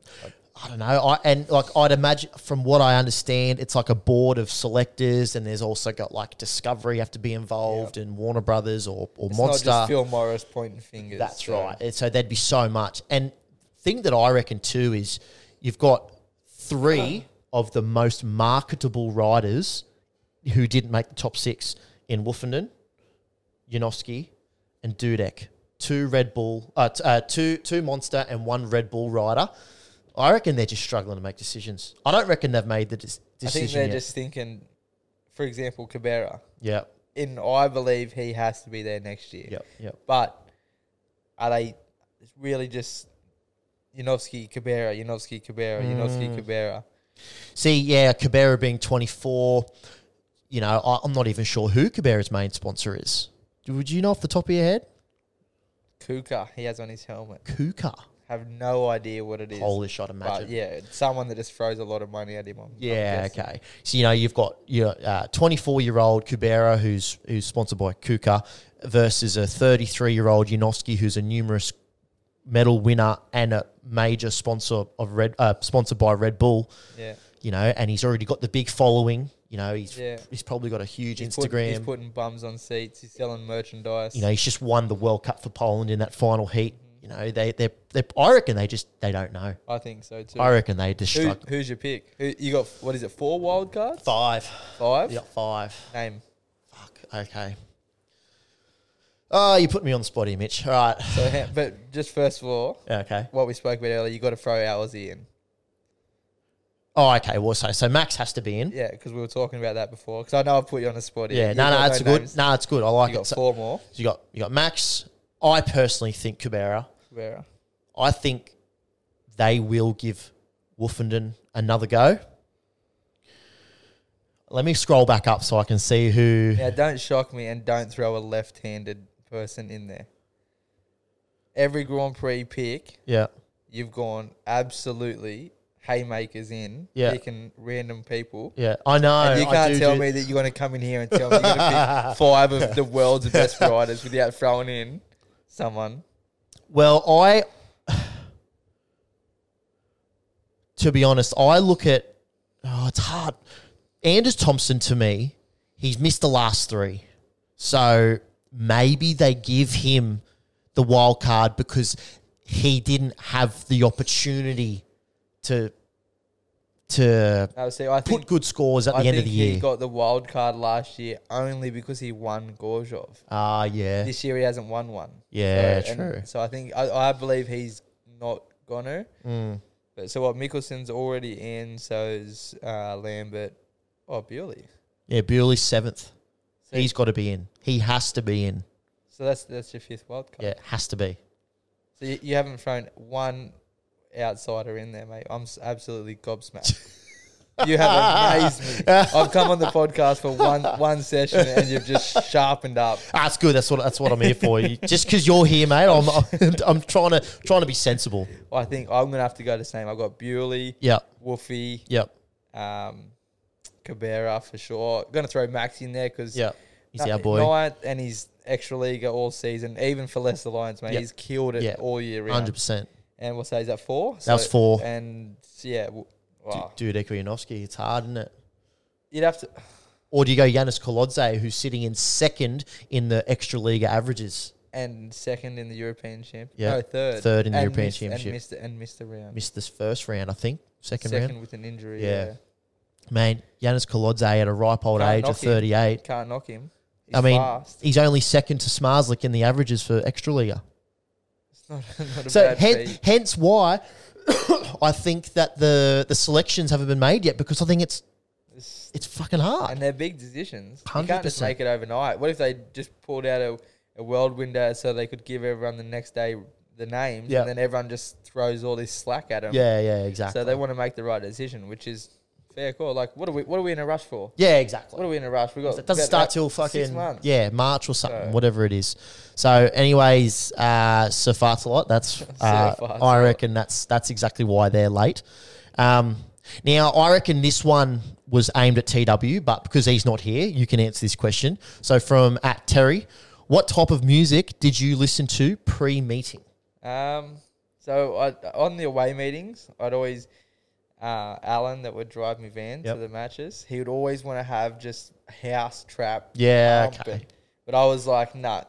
Speaker 1: I don't know. I and like I'd imagine from what I understand, it's like a board of selectors, and there's also got like Discovery have to be involved, and Warner Brothers or or
Speaker 2: It's
Speaker 1: Monster.
Speaker 2: not just Phil Morris pointing fingers.
Speaker 1: That's
Speaker 2: so-
Speaker 1: right. And so there'd be so much. And thing that I reckon too is you've got three of the most marketable riders who didn't make the top six in Wolfenden, Yanofsky, and Dudek. Two Red Bull, uh, t- uh, two two Monster, and one Red Bull rider. I reckon they're just struggling to make decisions. I don't reckon they've made the dis-
Speaker 2: I
Speaker 1: decision
Speaker 2: think they're
Speaker 1: yet.
Speaker 2: just thinking, for example, Cabrera.
Speaker 1: yeah,
Speaker 2: And I believe he has to be there next year.
Speaker 1: yeah, yeah.
Speaker 2: But are they really just Yanovsky, Cabrera, Yanovsky, Cabrera,
Speaker 1: Mm.
Speaker 2: Yanovsky, Cabrera?
Speaker 1: See, yeah, Cabrera being 24, you know, I, I'm not even sure who Cabrera's main sponsor is. Would you know off the top of your head?
Speaker 2: Kuka, he has on his helmet.
Speaker 1: Kuka.
Speaker 2: Have no idea what it is.
Speaker 1: Polish, I'd imagine.
Speaker 2: but yeah, it's someone that just throws a lot of money at him. I'm,
Speaker 1: Yeah,
Speaker 2: I'm guessing.
Speaker 1: okay. So you know you've got your uh, twenty-four-year-old Kubera who's who's sponsored by Kuka versus a thirty-three-year-old Yanofsky who's a numerous medal winner and a major sponsor of Red, uh, sponsored by Red Bull.
Speaker 2: Yeah.
Speaker 1: You know, and he's already got the big following. You know, he's
Speaker 2: Yeah.
Speaker 1: he's probably got a huge
Speaker 2: He's
Speaker 1: Instagram.
Speaker 2: putting, he's putting bums on seats. He's selling merchandise.
Speaker 1: you know, he's just won the World Cup for Poland in that final heat. You know, they they they. I reckon they just they don't know.
Speaker 2: I think so too.
Speaker 1: I reckon they just
Speaker 2: Who,
Speaker 1: struggle.
Speaker 2: who's your pick? Who, you got what is it? Four wild cards?
Speaker 1: Five.
Speaker 2: Five.
Speaker 1: You got five.
Speaker 2: Name.
Speaker 1: Fuck. Okay. Oh, you put me on the spot here, Mitch. All right.
Speaker 2: So, ha- but just first of all,
Speaker 1: Okay.
Speaker 2: what we spoke about earlier, you got to throw Owlsy in.
Speaker 1: Oh, okay. Well, so so Max has to be in. Yeah.
Speaker 2: Yeah, because we were talking about that before. Because I know I've put you on the spot. here. You've
Speaker 1: no, no,
Speaker 2: got
Speaker 1: that's good.
Speaker 2: names.
Speaker 1: No, it's good. I like
Speaker 2: you
Speaker 1: it.
Speaker 2: got
Speaker 1: So,
Speaker 2: four more.
Speaker 1: you got you got Max. I personally think Kubera.
Speaker 2: Vera.
Speaker 1: I think they will give Wolfenden another go. Let me scroll back up so I can see who.
Speaker 2: Now, don't shock me and don't throw a left-handed person in there. Every Grand Prix pick,
Speaker 1: Yeah.
Speaker 2: you've gone absolutely haymakers in,
Speaker 1: Yeah.
Speaker 2: picking random people.
Speaker 1: Yeah. I know.
Speaker 2: And you
Speaker 1: I
Speaker 2: can't
Speaker 1: do
Speaker 2: tell
Speaker 1: do-
Speaker 2: me that you're going to come in here and tell me you're going to pick five of the world's best riders without throwing in someone.
Speaker 1: Well, I, to be honest, I look at, oh, it's hard. Anders Thompson to me, he's missed the last three. So maybe they give him the wild card because he didn't have the opportunity to to
Speaker 2: No, see, I think
Speaker 1: put good scores at
Speaker 2: I
Speaker 1: the end of
Speaker 2: think
Speaker 1: the
Speaker 2: he
Speaker 1: year.
Speaker 2: got the wild card last year only because he won Gorzhov.
Speaker 1: Ah, yeah.
Speaker 2: This year he hasn't won one.
Speaker 1: Yeah,
Speaker 2: so, and
Speaker 1: true.
Speaker 2: So I think I, I believe he's not gonna.
Speaker 1: Mm.
Speaker 2: But so what? Mickelson's already in. So is uh, Lambert. Oh, Bewley.
Speaker 1: Yeah, Bewley's seventh.
Speaker 2: So,
Speaker 1: He's got to be in. He has to be in.
Speaker 2: so that's that's your fifth wild card.
Speaker 1: Yeah, has to be.
Speaker 2: So you, you haven't thrown one outsider in there, mate. I'm s- absolutely gobsmacked. you have amazed me. I've come on the podcast for one one session and you've just sharpened up.
Speaker 1: That's good. That's what that's what I'm here for. You- Just because you're here, mate, I'm, I'm I'm trying to trying to be sensible.
Speaker 2: I think I'm gonna have to go the same. I've got Bewley,
Speaker 1: Yeah,
Speaker 2: Woofy,
Speaker 1: yeah,
Speaker 2: um, Cabrera for sure. Gonna throw Max in there because
Speaker 1: yeah. He's our boy,
Speaker 2: ninth and he's extra league all season. Even for Leicester Lions, mate,
Speaker 1: Yep.
Speaker 2: he's killed it
Speaker 1: Yeah.
Speaker 2: all year round.
Speaker 1: hundred percent.
Speaker 2: And we'll say is that four? That
Speaker 1: was four.
Speaker 2: And yeah, w- wow.
Speaker 1: Dude, Ekoyanovsky, it's hard, isn't it?
Speaker 2: you'd have to.
Speaker 1: Or do you go Yanis Kolodze, who's sitting in second in the extra league averages?
Speaker 2: and second in the European Championship.
Speaker 1: Yeah,
Speaker 2: No, third.
Speaker 1: third in the
Speaker 2: And
Speaker 1: European
Speaker 2: missed-
Speaker 1: Championship.
Speaker 2: And missed, the- and missed the round.
Speaker 1: Missed this first round, I think. Second,
Speaker 2: second
Speaker 1: round,
Speaker 2: with an injury.
Speaker 1: Yeah.
Speaker 2: Yeah.
Speaker 1: man. Yanis Kolodze at a ripe old
Speaker 2: Can't
Speaker 1: age
Speaker 2: knock
Speaker 1: of
Speaker 2: him.
Speaker 1: thirty-eight.
Speaker 2: Can't knock him. He's
Speaker 1: I mean,
Speaker 2: fast.
Speaker 1: he's only second to Smarslik in the averages for extra league.
Speaker 2: It's not, not a
Speaker 1: So
Speaker 2: bad
Speaker 1: hen-
Speaker 2: feat.
Speaker 1: hence why I think that the the selections haven't been made yet because I think it's
Speaker 2: It's-
Speaker 1: it's fucking hard.
Speaker 2: and they're big decisions. You can't just
Speaker 1: 100%.
Speaker 2: make it overnight. What if they just pulled out a, a world window so they could give everyone the next day the names
Speaker 1: Yeah.
Speaker 2: and then everyone just throws all this slack at them?
Speaker 1: Yeah, yeah, exactly.
Speaker 2: So they want to make the right decision, which is fair call. Like, what are we, what are we in a rush for?
Speaker 1: yeah, exactly.
Speaker 2: What are we in a rush? We got
Speaker 1: it doesn't
Speaker 2: about-
Speaker 1: start
Speaker 2: about
Speaker 1: till
Speaker 2: six
Speaker 1: fucking
Speaker 2: months.
Speaker 1: yeah March or something,
Speaker 2: So-
Speaker 1: whatever it is. So, anyways, uh, Sir Fartalot, that's uh,
Speaker 2: Fartalot.
Speaker 1: I reckon that's that's exactly why they're late. Um, now, I reckon this one was aimed at TW, but because he's not here, you can answer this question. So, from at Terry, what type of music did you listen to pre-meeting?
Speaker 2: Um, so I, on the away meetings, I'd always uh, Alan that would drive me van
Speaker 1: Yep.
Speaker 2: to the matches. He would always want to have just house trap.
Speaker 1: Yeah,
Speaker 2: pump
Speaker 1: okay.
Speaker 2: it. But I was like, nah.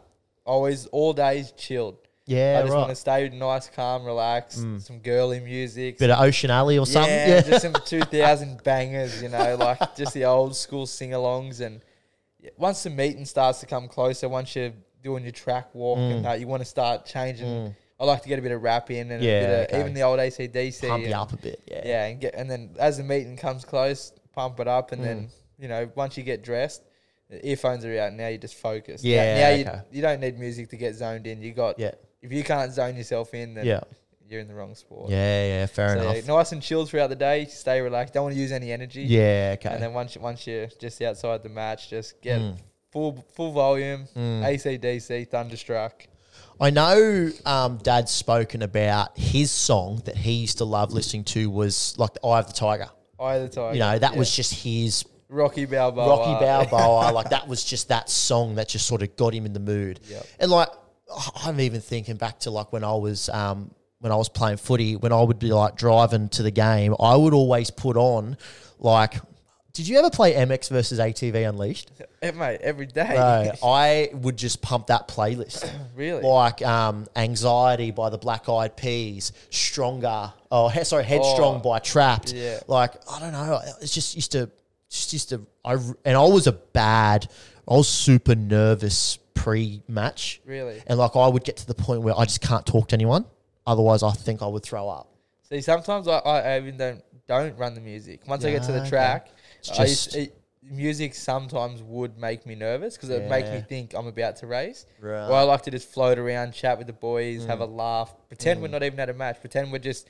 Speaker 2: Always all days chilled.
Speaker 1: Yeah,
Speaker 2: I just
Speaker 1: right. Mm.
Speaker 2: want to stay nice, calm, relaxed, some girly music.
Speaker 1: Bit of Ocean Alley or something.
Speaker 2: yeah, just some 2000 bangers, you know, like just the old school sing alongs. And yeah, once
Speaker 1: Mm.
Speaker 2: the meeting starts to come closer, once you're doing your track walk and that, you want to start changing I like to get a bit of rap in and
Speaker 1: Yeah,
Speaker 2: a bit of,
Speaker 1: okay.
Speaker 2: even the old ACDC.
Speaker 1: Pump
Speaker 2: and-
Speaker 1: you up a bit. Yeah.
Speaker 2: yeah, and get and then as the meeting comes close, pump it up, and
Speaker 1: Mm.
Speaker 2: then you know once you get dressed, the earphones are out. Now you just focus. Now-
Speaker 1: Yeah,
Speaker 2: now,
Speaker 1: okay.
Speaker 2: you you don't need music to get zoned in. You got
Speaker 1: Yeah.
Speaker 2: If you can't zone yourself in, then
Speaker 1: Yeah.
Speaker 2: you're in the wrong sport.
Speaker 1: Yeah. yeah, fair
Speaker 2: So,
Speaker 1: enough.
Speaker 2: nice and chilled throughout the day. Stay relaxed. Don't want to use any energy.
Speaker 1: yeah. Okay. Hmm.
Speaker 2: And then once you, once you're just outside the match, just get full full volume, ACDC, Thunderstruck.
Speaker 1: I know um, Dad's spoken about his song that he used to love listening to was like the Eye of the Tiger.
Speaker 2: Eye of the Tiger.
Speaker 1: You know, that
Speaker 2: Yeah.
Speaker 1: was just his
Speaker 2: Rocky Balboa.
Speaker 1: Rocky Balboa. like that was just that song that just sort of got him in the mood.
Speaker 2: Yep.
Speaker 1: And like I- I'm even thinking back to like when I was um, when I was playing footy, when I would be like driving to the game, I would always put on like. Did you ever play MX versus ATV Unleashed?
Speaker 2: Eh, Mate, every day.
Speaker 1: No, I would just pump that playlist.
Speaker 2: Really?
Speaker 1: Like um, Anxiety by the Black Eyed Peas, Stronger, oh, he- sorry, Headstrong
Speaker 2: Oh,
Speaker 1: by Trapped.
Speaker 2: yeah.
Speaker 1: Like, I don't know. It's just used to, just used to, I, and I was a bad, I was super nervous pre match.
Speaker 2: Really?
Speaker 1: And like, I would get to the point where I just can't talk to anyone. Otherwise, I think I would throw up.
Speaker 2: See, sometimes I, I even don't don't run the music. Once I get to
Speaker 1: Yeah,
Speaker 2: the
Speaker 1: okay.
Speaker 2: track,
Speaker 1: It's
Speaker 2: I used
Speaker 1: just-
Speaker 2: it, music sometimes would make me nervous because it would make me
Speaker 1: Yeah.
Speaker 2: think I'm about to race.
Speaker 1: Right. Mm.
Speaker 2: Well, I like to just float around, chat with the boys, have a laugh, pretend we're not even at a match, pretend we're just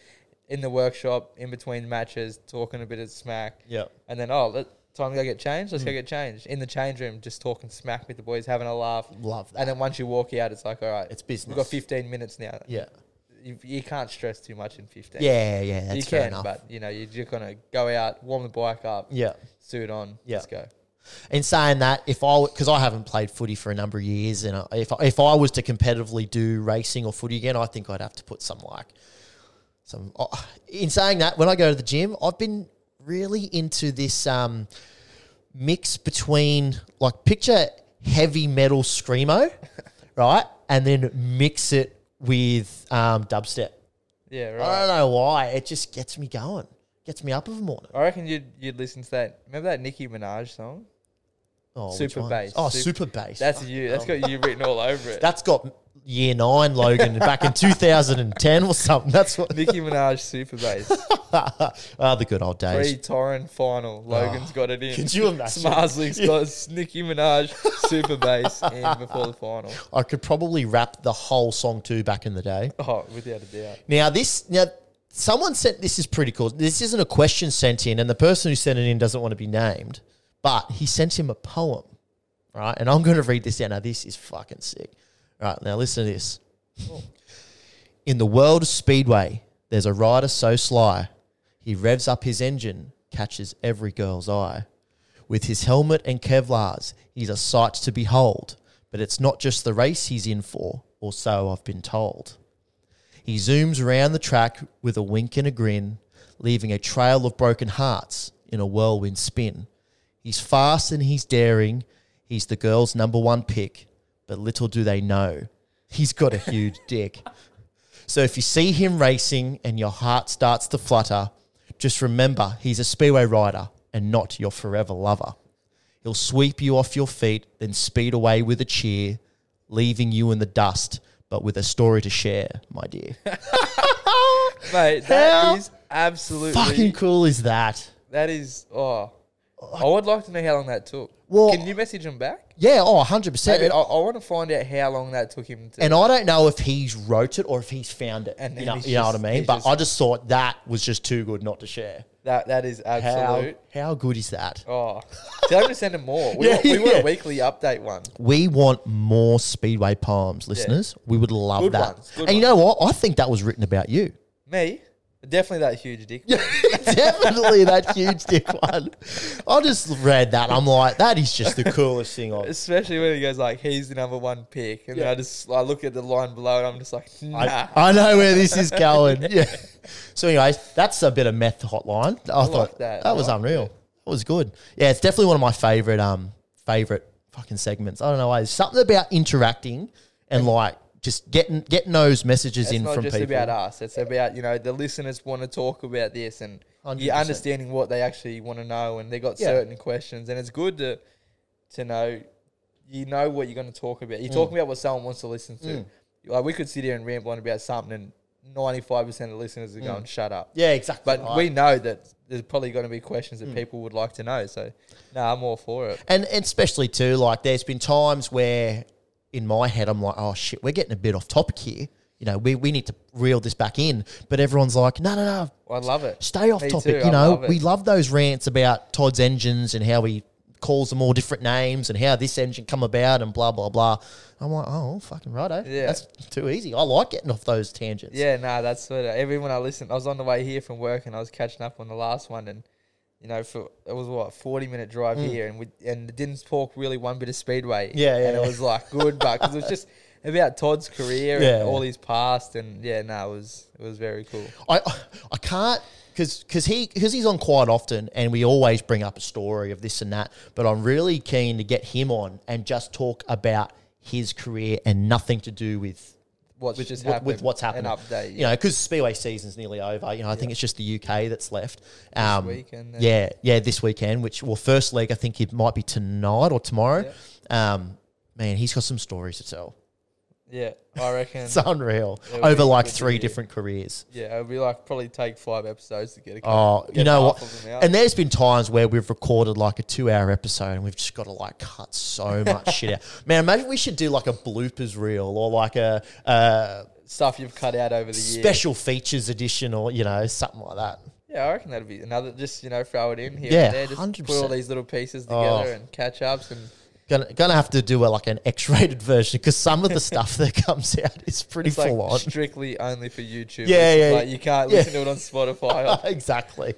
Speaker 2: in the workshop in between matches, talking a bit of smack.
Speaker 1: Yep. Mm.
Speaker 2: And then oh, let, time to go get changed. Let's go get changed in the change room, just talking smack with the boys, having a laugh.
Speaker 1: Love that.
Speaker 2: And then once you walk out, it's like all right,
Speaker 1: It's
Speaker 2: We've
Speaker 1: business.
Speaker 2: got 15 minutes now.
Speaker 1: Yeah.
Speaker 2: You, you can't stress too much in 15
Speaker 1: Yeah, yeah, that's
Speaker 2: you
Speaker 1: fair
Speaker 2: can,
Speaker 1: enough.
Speaker 2: but you know, you're just gonna go out, warm the bike up,
Speaker 1: yeah.
Speaker 2: suit on,
Speaker 1: Yeah.
Speaker 2: let's go.
Speaker 1: In saying that, if I because I haven't played footy for a number of years, and I- if I- if I was to competitively do racing or footy again, I think I'd have to put some like some. oh, in saying that, when I go to the gym, I've been really into this um, mix between like picture heavy metal screamo, right, and then mix it with um, dubstep.
Speaker 2: Yeah,
Speaker 1: I
Speaker 2: right.
Speaker 1: don't know why it just gets me going, gets me up of a morning.
Speaker 2: I reckon you'd you'd listen to that. Remember that Nicki Minaj song?
Speaker 1: Oh, which
Speaker 2: Super
Speaker 1: one?
Speaker 2: bass.
Speaker 1: Oh,
Speaker 2: Sup-
Speaker 1: super bass.
Speaker 2: That's you. That's got you written all over it.
Speaker 1: That's got year nine Logan back in 2010 or something. That's what
Speaker 2: Nicki Minaj Super Bass.
Speaker 1: ah the good old
Speaker 2: Free
Speaker 1: days.
Speaker 2: Torrent final. Logan's got it in.
Speaker 1: Could Oh. you imagine?
Speaker 2: Smarslick's got Nicki Minaj Super Bass in before the final.
Speaker 1: I could probably rap the whole song too back in the day.
Speaker 2: Oh, without a doubt.
Speaker 1: Now this now someone sent this is pretty cool. This isn't a question sent in, and the person who sent it in doesn't want to be named, but he sent him a poem, right? And I'm going to read this out. Now this is fucking sick. All right, now listen to this. In the world of speedway, there's a rider so sly, he revs up his engine, catches every girl's eye. With his helmet and Kevlar's, he's a sight to behold. But it's not just the race he's in for, or so I've been told. He zooms around the track with a wink and a grin, leaving a trail of broken hearts in a whirlwind spin. He's fast and he's daring. He's the girl's number one pick, but little do they know he's got a huge dick. So if you see him racing and your heart starts to flutter, just remember he's a speedway rider and not your forever lover. He'll sweep you off your feet, then speed away with a cheer, leaving you in the dust, but with a story to share, my dear.
Speaker 2: Mate,
Speaker 1: How
Speaker 2: that is absolutely
Speaker 1: Fucking cool is that?
Speaker 2: that is oh. I would like to know how long that took.
Speaker 1: Well-
Speaker 2: Can you message him back?
Speaker 1: Yeah, oh, 100%.
Speaker 2: Maybe I, I want to find out how long that took him to.
Speaker 1: And I don't know if he's wrote it or if he's found it.
Speaker 2: And
Speaker 1: you
Speaker 2: then
Speaker 1: know,
Speaker 2: he's
Speaker 1: you know what I
Speaker 2: just-
Speaker 1: mean?
Speaker 2: he's
Speaker 1: But
Speaker 2: just-
Speaker 1: I just thought that was just too good not to share.
Speaker 2: that that is
Speaker 1: How,
Speaker 2: absolute.
Speaker 1: how good is that?
Speaker 2: Oh, tell him to send him more. We,
Speaker 1: Yeah,
Speaker 2: want, we want
Speaker 1: yeah.
Speaker 2: a weekly update one.
Speaker 1: We want more Speedway poems, listeners. We would love
Speaker 2: Good
Speaker 1: that.
Speaker 2: ones,
Speaker 1: and
Speaker 2: good
Speaker 1: you know what? I think that was written about you.
Speaker 2: Me, definitely that huge dick.
Speaker 1: Definitely that huge dick one. I just read that. I'm like, that is just the coolest thing I've
Speaker 2: Especially when he goes like, "He's the number one pick," and then I just I look at the line below and I'm just like, "Nah."
Speaker 1: I, I know where this is going. yeah. So, anyways, that's a bit of meth hotline. I, thought
Speaker 2: that.
Speaker 1: that,
Speaker 2: I
Speaker 1: was
Speaker 2: like
Speaker 1: unreal. That was good. Yeah, it's definitely one of my favorite, um, favorite fucking segments. I don't know why. There's something about interacting and like just getting getting those messages
Speaker 2: it's
Speaker 1: in
Speaker 2: not
Speaker 1: from
Speaker 2: just
Speaker 1: people.
Speaker 2: about us. It's about you know the listeners want to talk about this and you
Speaker 1: 100%.
Speaker 2: understanding what they actually want to know, and they got
Speaker 1: Yeah.
Speaker 2: certain questions, and it's good to
Speaker 1: Mm.
Speaker 2: to know you know what you're going to talk about. You're talking about what someone wants to listen to. Like we could sit here and ramble on about something, and ninety five percent of the listeners are going, "Shut up."
Speaker 1: Mm. Yeah, exactly.
Speaker 2: But
Speaker 1: right. Mm.
Speaker 2: we know that there's probably going to be questions that people would like to know. So, no, I'm all for it.
Speaker 1: And and especially too, like there's been times where in my head I'm like, oh shit, we're getting a bit off topic here. You know, we, we need to reel this back in. But everyone's like, no, no, no,
Speaker 2: I love it.
Speaker 1: stay off
Speaker 2: Me
Speaker 1: topic.
Speaker 2: too,
Speaker 1: you
Speaker 2: I
Speaker 1: know,
Speaker 2: love it.
Speaker 1: we love those rants about Todd's engines and how he calls them all different names and how this engine come about and blah blah blah. I'm like, oh fucking righto,
Speaker 2: Yeah.
Speaker 1: that's too easy. I like getting off those tangents.
Speaker 2: Yeah, no, that's what uh, everyone I listened. I was on the way here from work and I was catching up on the last one, and you know, for it was what forty minute drive here, and we and it didn't talk really one bit of speedway.
Speaker 1: Mm. Yeah, yeah,
Speaker 2: And
Speaker 1: yeah.
Speaker 2: it was like good, but because it was just about Todd's career
Speaker 1: Yeah.
Speaker 2: and all his past, and yeah, no, it was it was very cool.
Speaker 1: I I can't because because he because he's on quite often, and we always bring up a story of this and that. But I'm really keen to get him on and just talk about his career and nothing to do with
Speaker 2: What's just
Speaker 1: what-
Speaker 2: happened?
Speaker 1: with what's happened.
Speaker 2: An update.
Speaker 1: you know, because Speedway season's nearly over. You know, I think it's just the UK that's left. Um,
Speaker 2: weekend, then.
Speaker 1: yeah, yeah, this weekend. Which well, first leg I think it might be tonight or tomorrow. Um, man, he's got some stories to tell.
Speaker 2: yeah, I reckon.
Speaker 1: It's unreal
Speaker 2: It'll
Speaker 1: over
Speaker 2: be
Speaker 1: like
Speaker 2: good to
Speaker 1: three
Speaker 2: hear.
Speaker 1: different careers.
Speaker 2: yeah, it'd be like probably take five episodes to get a.
Speaker 1: Oh,
Speaker 2: get
Speaker 1: you know
Speaker 2: half
Speaker 1: what?
Speaker 2: of them out.
Speaker 1: And there's been times where we've recorded like a two hour episode and we've just got to like cut so much shit out. Man, imagine we should do like a bloopers reel or like a, a
Speaker 2: stuff you've cut out over the years.
Speaker 1: special features edition or, you know, something like that.
Speaker 2: Yeah, I reckon that'd be another. Just you know, throw it in here.
Speaker 1: Yeah,
Speaker 2: and there, just put
Speaker 1: 100%.
Speaker 2: all these little pieces together
Speaker 1: Oh.
Speaker 2: and catch ups and
Speaker 1: Gonna, gonna have to do a, like an X rated version because some of the stuff that comes out is pretty
Speaker 2: it's like
Speaker 1: full on.
Speaker 2: strictly only for YouTube.
Speaker 1: Yeah, yeah,
Speaker 2: Like you can't
Speaker 1: yeah.
Speaker 2: listen to it on Spotify.
Speaker 1: exactly.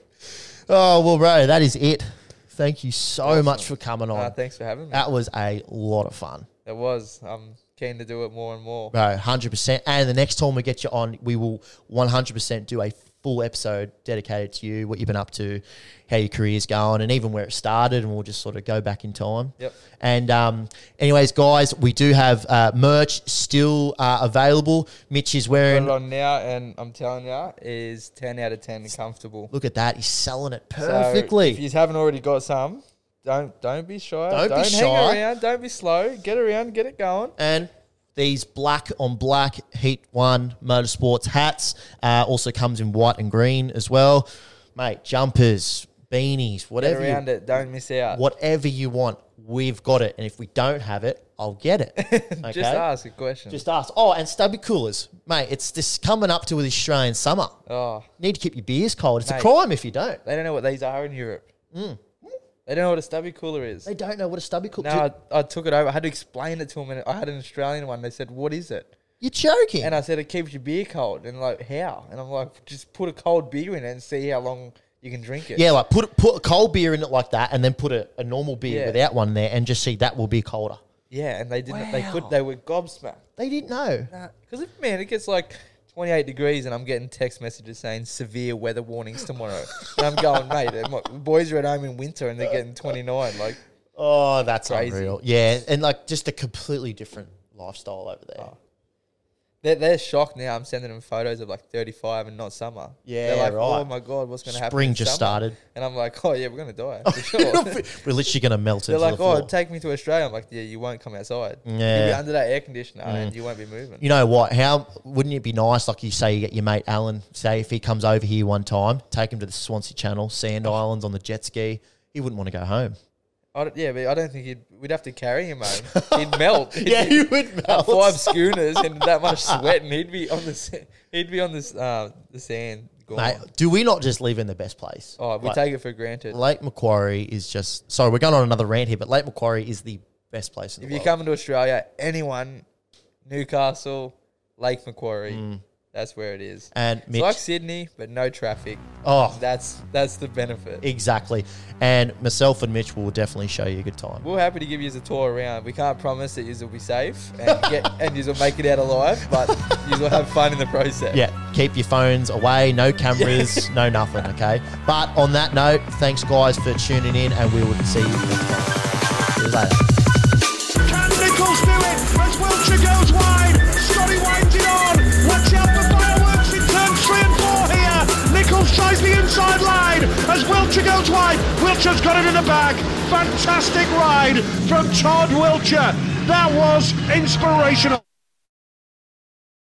Speaker 1: Oh, well, bro, that is it. Thank you so much for coming on.
Speaker 2: nah, Uh, thanks for having me.
Speaker 1: that was a lot of fun.
Speaker 2: It was. I'm keen to do it more and more.
Speaker 1: Bro, hundred percent. And the next time we get you on, we will one hundred percent do a full episode dedicated to you, what you've been up to, how your career's going, and even where it started. And we'll just sort of go back in time.
Speaker 2: Yep.
Speaker 1: And um, anyways, guys, we do have uh, merch still uh, available. Mitch is
Speaker 2: Put
Speaker 1: wearing.
Speaker 2: it on now, and I'm telling you, is ten out of ten comfortable.
Speaker 1: Look at that, he's selling it
Speaker 2: So,
Speaker 1: perfectly.
Speaker 2: if you haven't already got some, don't don't be shy.
Speaker 1: Don't be shy.
Speaker 2: hang around. Don't be slow. Get around. Get it going.
Speaker 1: and these black on black Heat One Motorsports hats uh, also comes in white and green as well, mate. Jumpers, beanies,
Speaker 2: Get
Speaker 1: whatever. you-
Speaker 2: around it. Don't miss out.
Speaker 1: whatever you want, we've got it. And if we don't have it, I'll get it. Okay.
Speaker 2: Just ask a question.
Speaker 1: Just ask. Oh, and stubby coolers, mate. It's this coming up to the Australian summer.
Speaker 2: oh.
Speaker 1: Need to keep your beers cold. It's a
Speaker 2: Mate.
Speaker 1: crime if you don't.
Speaker 2: They don't know what these are in Europe. They don't know what a stubby cooler is.
Speaker 1: Mm. They don't know what a stubby cooler.
Speaker 2: No, I, I took it over. I had to explain it to them. And I had an Australian one. They said, "What is it?"
Speaker 1: You're joking.
Speaker 2: And I said, "It keeps your beer cold." And like, how? And I'm like, just put a cold beer in it and see how long you can drink it.
Speaker 1: yeah, like put put a cold beer in it like that, and then put a, a normal beer
Speaker 2: Yeah.
Speaker 1: without one there, and just see that will be colder.
Speaker 2: yeah. And they didn't. They
Speaker 1: Wow.
Speaker 2: could. They were gobsmacked.
Speaker 1: They didn't know.
Speaker 2: Because if man, it gets like 28 degrees, and I'm getting text messages saying severe weather warnings tomorrow. and I'm going, mate. and My boys are at home in winter, and they're getting 29. Like,
Speaker 1: Oh, that's
Speaker 2: Crazy.
Speaker 1: unreal. Yeah, and like just a completely different lifestyle over there.
Speaker 2: Oh, They're, they're shocked now. I'm sending them photos of like 35 and not summer.
Speaker 1: Yeah,
Speaker 2: They're like,
Speaker 1: right.
Speaker 2: oh my God, what's going to happen?
Speaker 1: Spring
Speaker 2: in
Speaker 1: just
Speaker 2: summer?"
Speaker 1: started.
Speaker 2: And I'm like, oh yeah, we're going to die. For sure.
Speaker 1: We're literally gonna melt
Speaker 2: They're
Speaker 1: into
Speaker 2: like,
Speaker 1: the floor.
Speaker 2: oh, take me to Australia. I'm like, yeah, you won't come outside. You'll be
Speaker 1: Yeah. Mm.
Speaker 2: under that air conditioner and you won't be moving.
Speaker 1: you know what? How wouldn't it be nice? Like you say, you get your mate Alan. Say if he comes over here one time, take him to the Swansea Channel, Sand
Speaker 2: Oh.
Speaker 1: Islands on the jet ski. He wouldn't want to go home.
Speaker 2: I don't, yeah, but I don't think he'd, we'd have to carry him home. He'd melt.
Speaker 1: Yeah,
Speaker 2: He'd
Speaker 1: he would
Speaker 2: have
Speaker 1: melt.
Speaker 2: five schooners and that much sweat, and he'd be on the sa- he'd be on this uh, the sand. Gone.
Speaker 1: Mate, do we not just live in the best place?
Speaker 2: oh, we
Speaker 1: Like,
Speaker 2: take it for granted.
Speaker 1: Lake Macquarie is just. Sorry, we're going on another rant here, but Lake Macquarie is the best place in
Speaker 2: If
Speaker 1: the
Speaker 2: you're
Speaker 1: world.
Speaker 2: coming to Australia, anyone, Newcastle, Lake Macquarie, that's where it is.
Speaker 1: Mm. and
Speaker 2: It's
Speaker 1: Mitch,
Speaker 2: like Sydney, but no traffic.
Speaker 1: oh,
Speaker 2: That's that's the benefit.
Speaker 1: exactly. And myself and Mitch will definitely show you a good time.
Speaker 2: We're happy to give you a tour around. We can't promise that you will be safe and get and you will make it out alive, but you will have fun in the process.
Speaker 1: Yeah, keep your phones away, no cameras, no nothing, okay? But on that note, thanks guys for tuning in and we will see you next time. See you later.
Speaker 3: Can Nichols do it? As Wiltshire goes wide, Scotty winds it on. Watch out for fireworks in turn three and four here. Nichols tries the inside line as Wiltshire goes wide. Wiltshire's got it in the back. Fantastic ride from Todd Wiltshire. That was inspirational.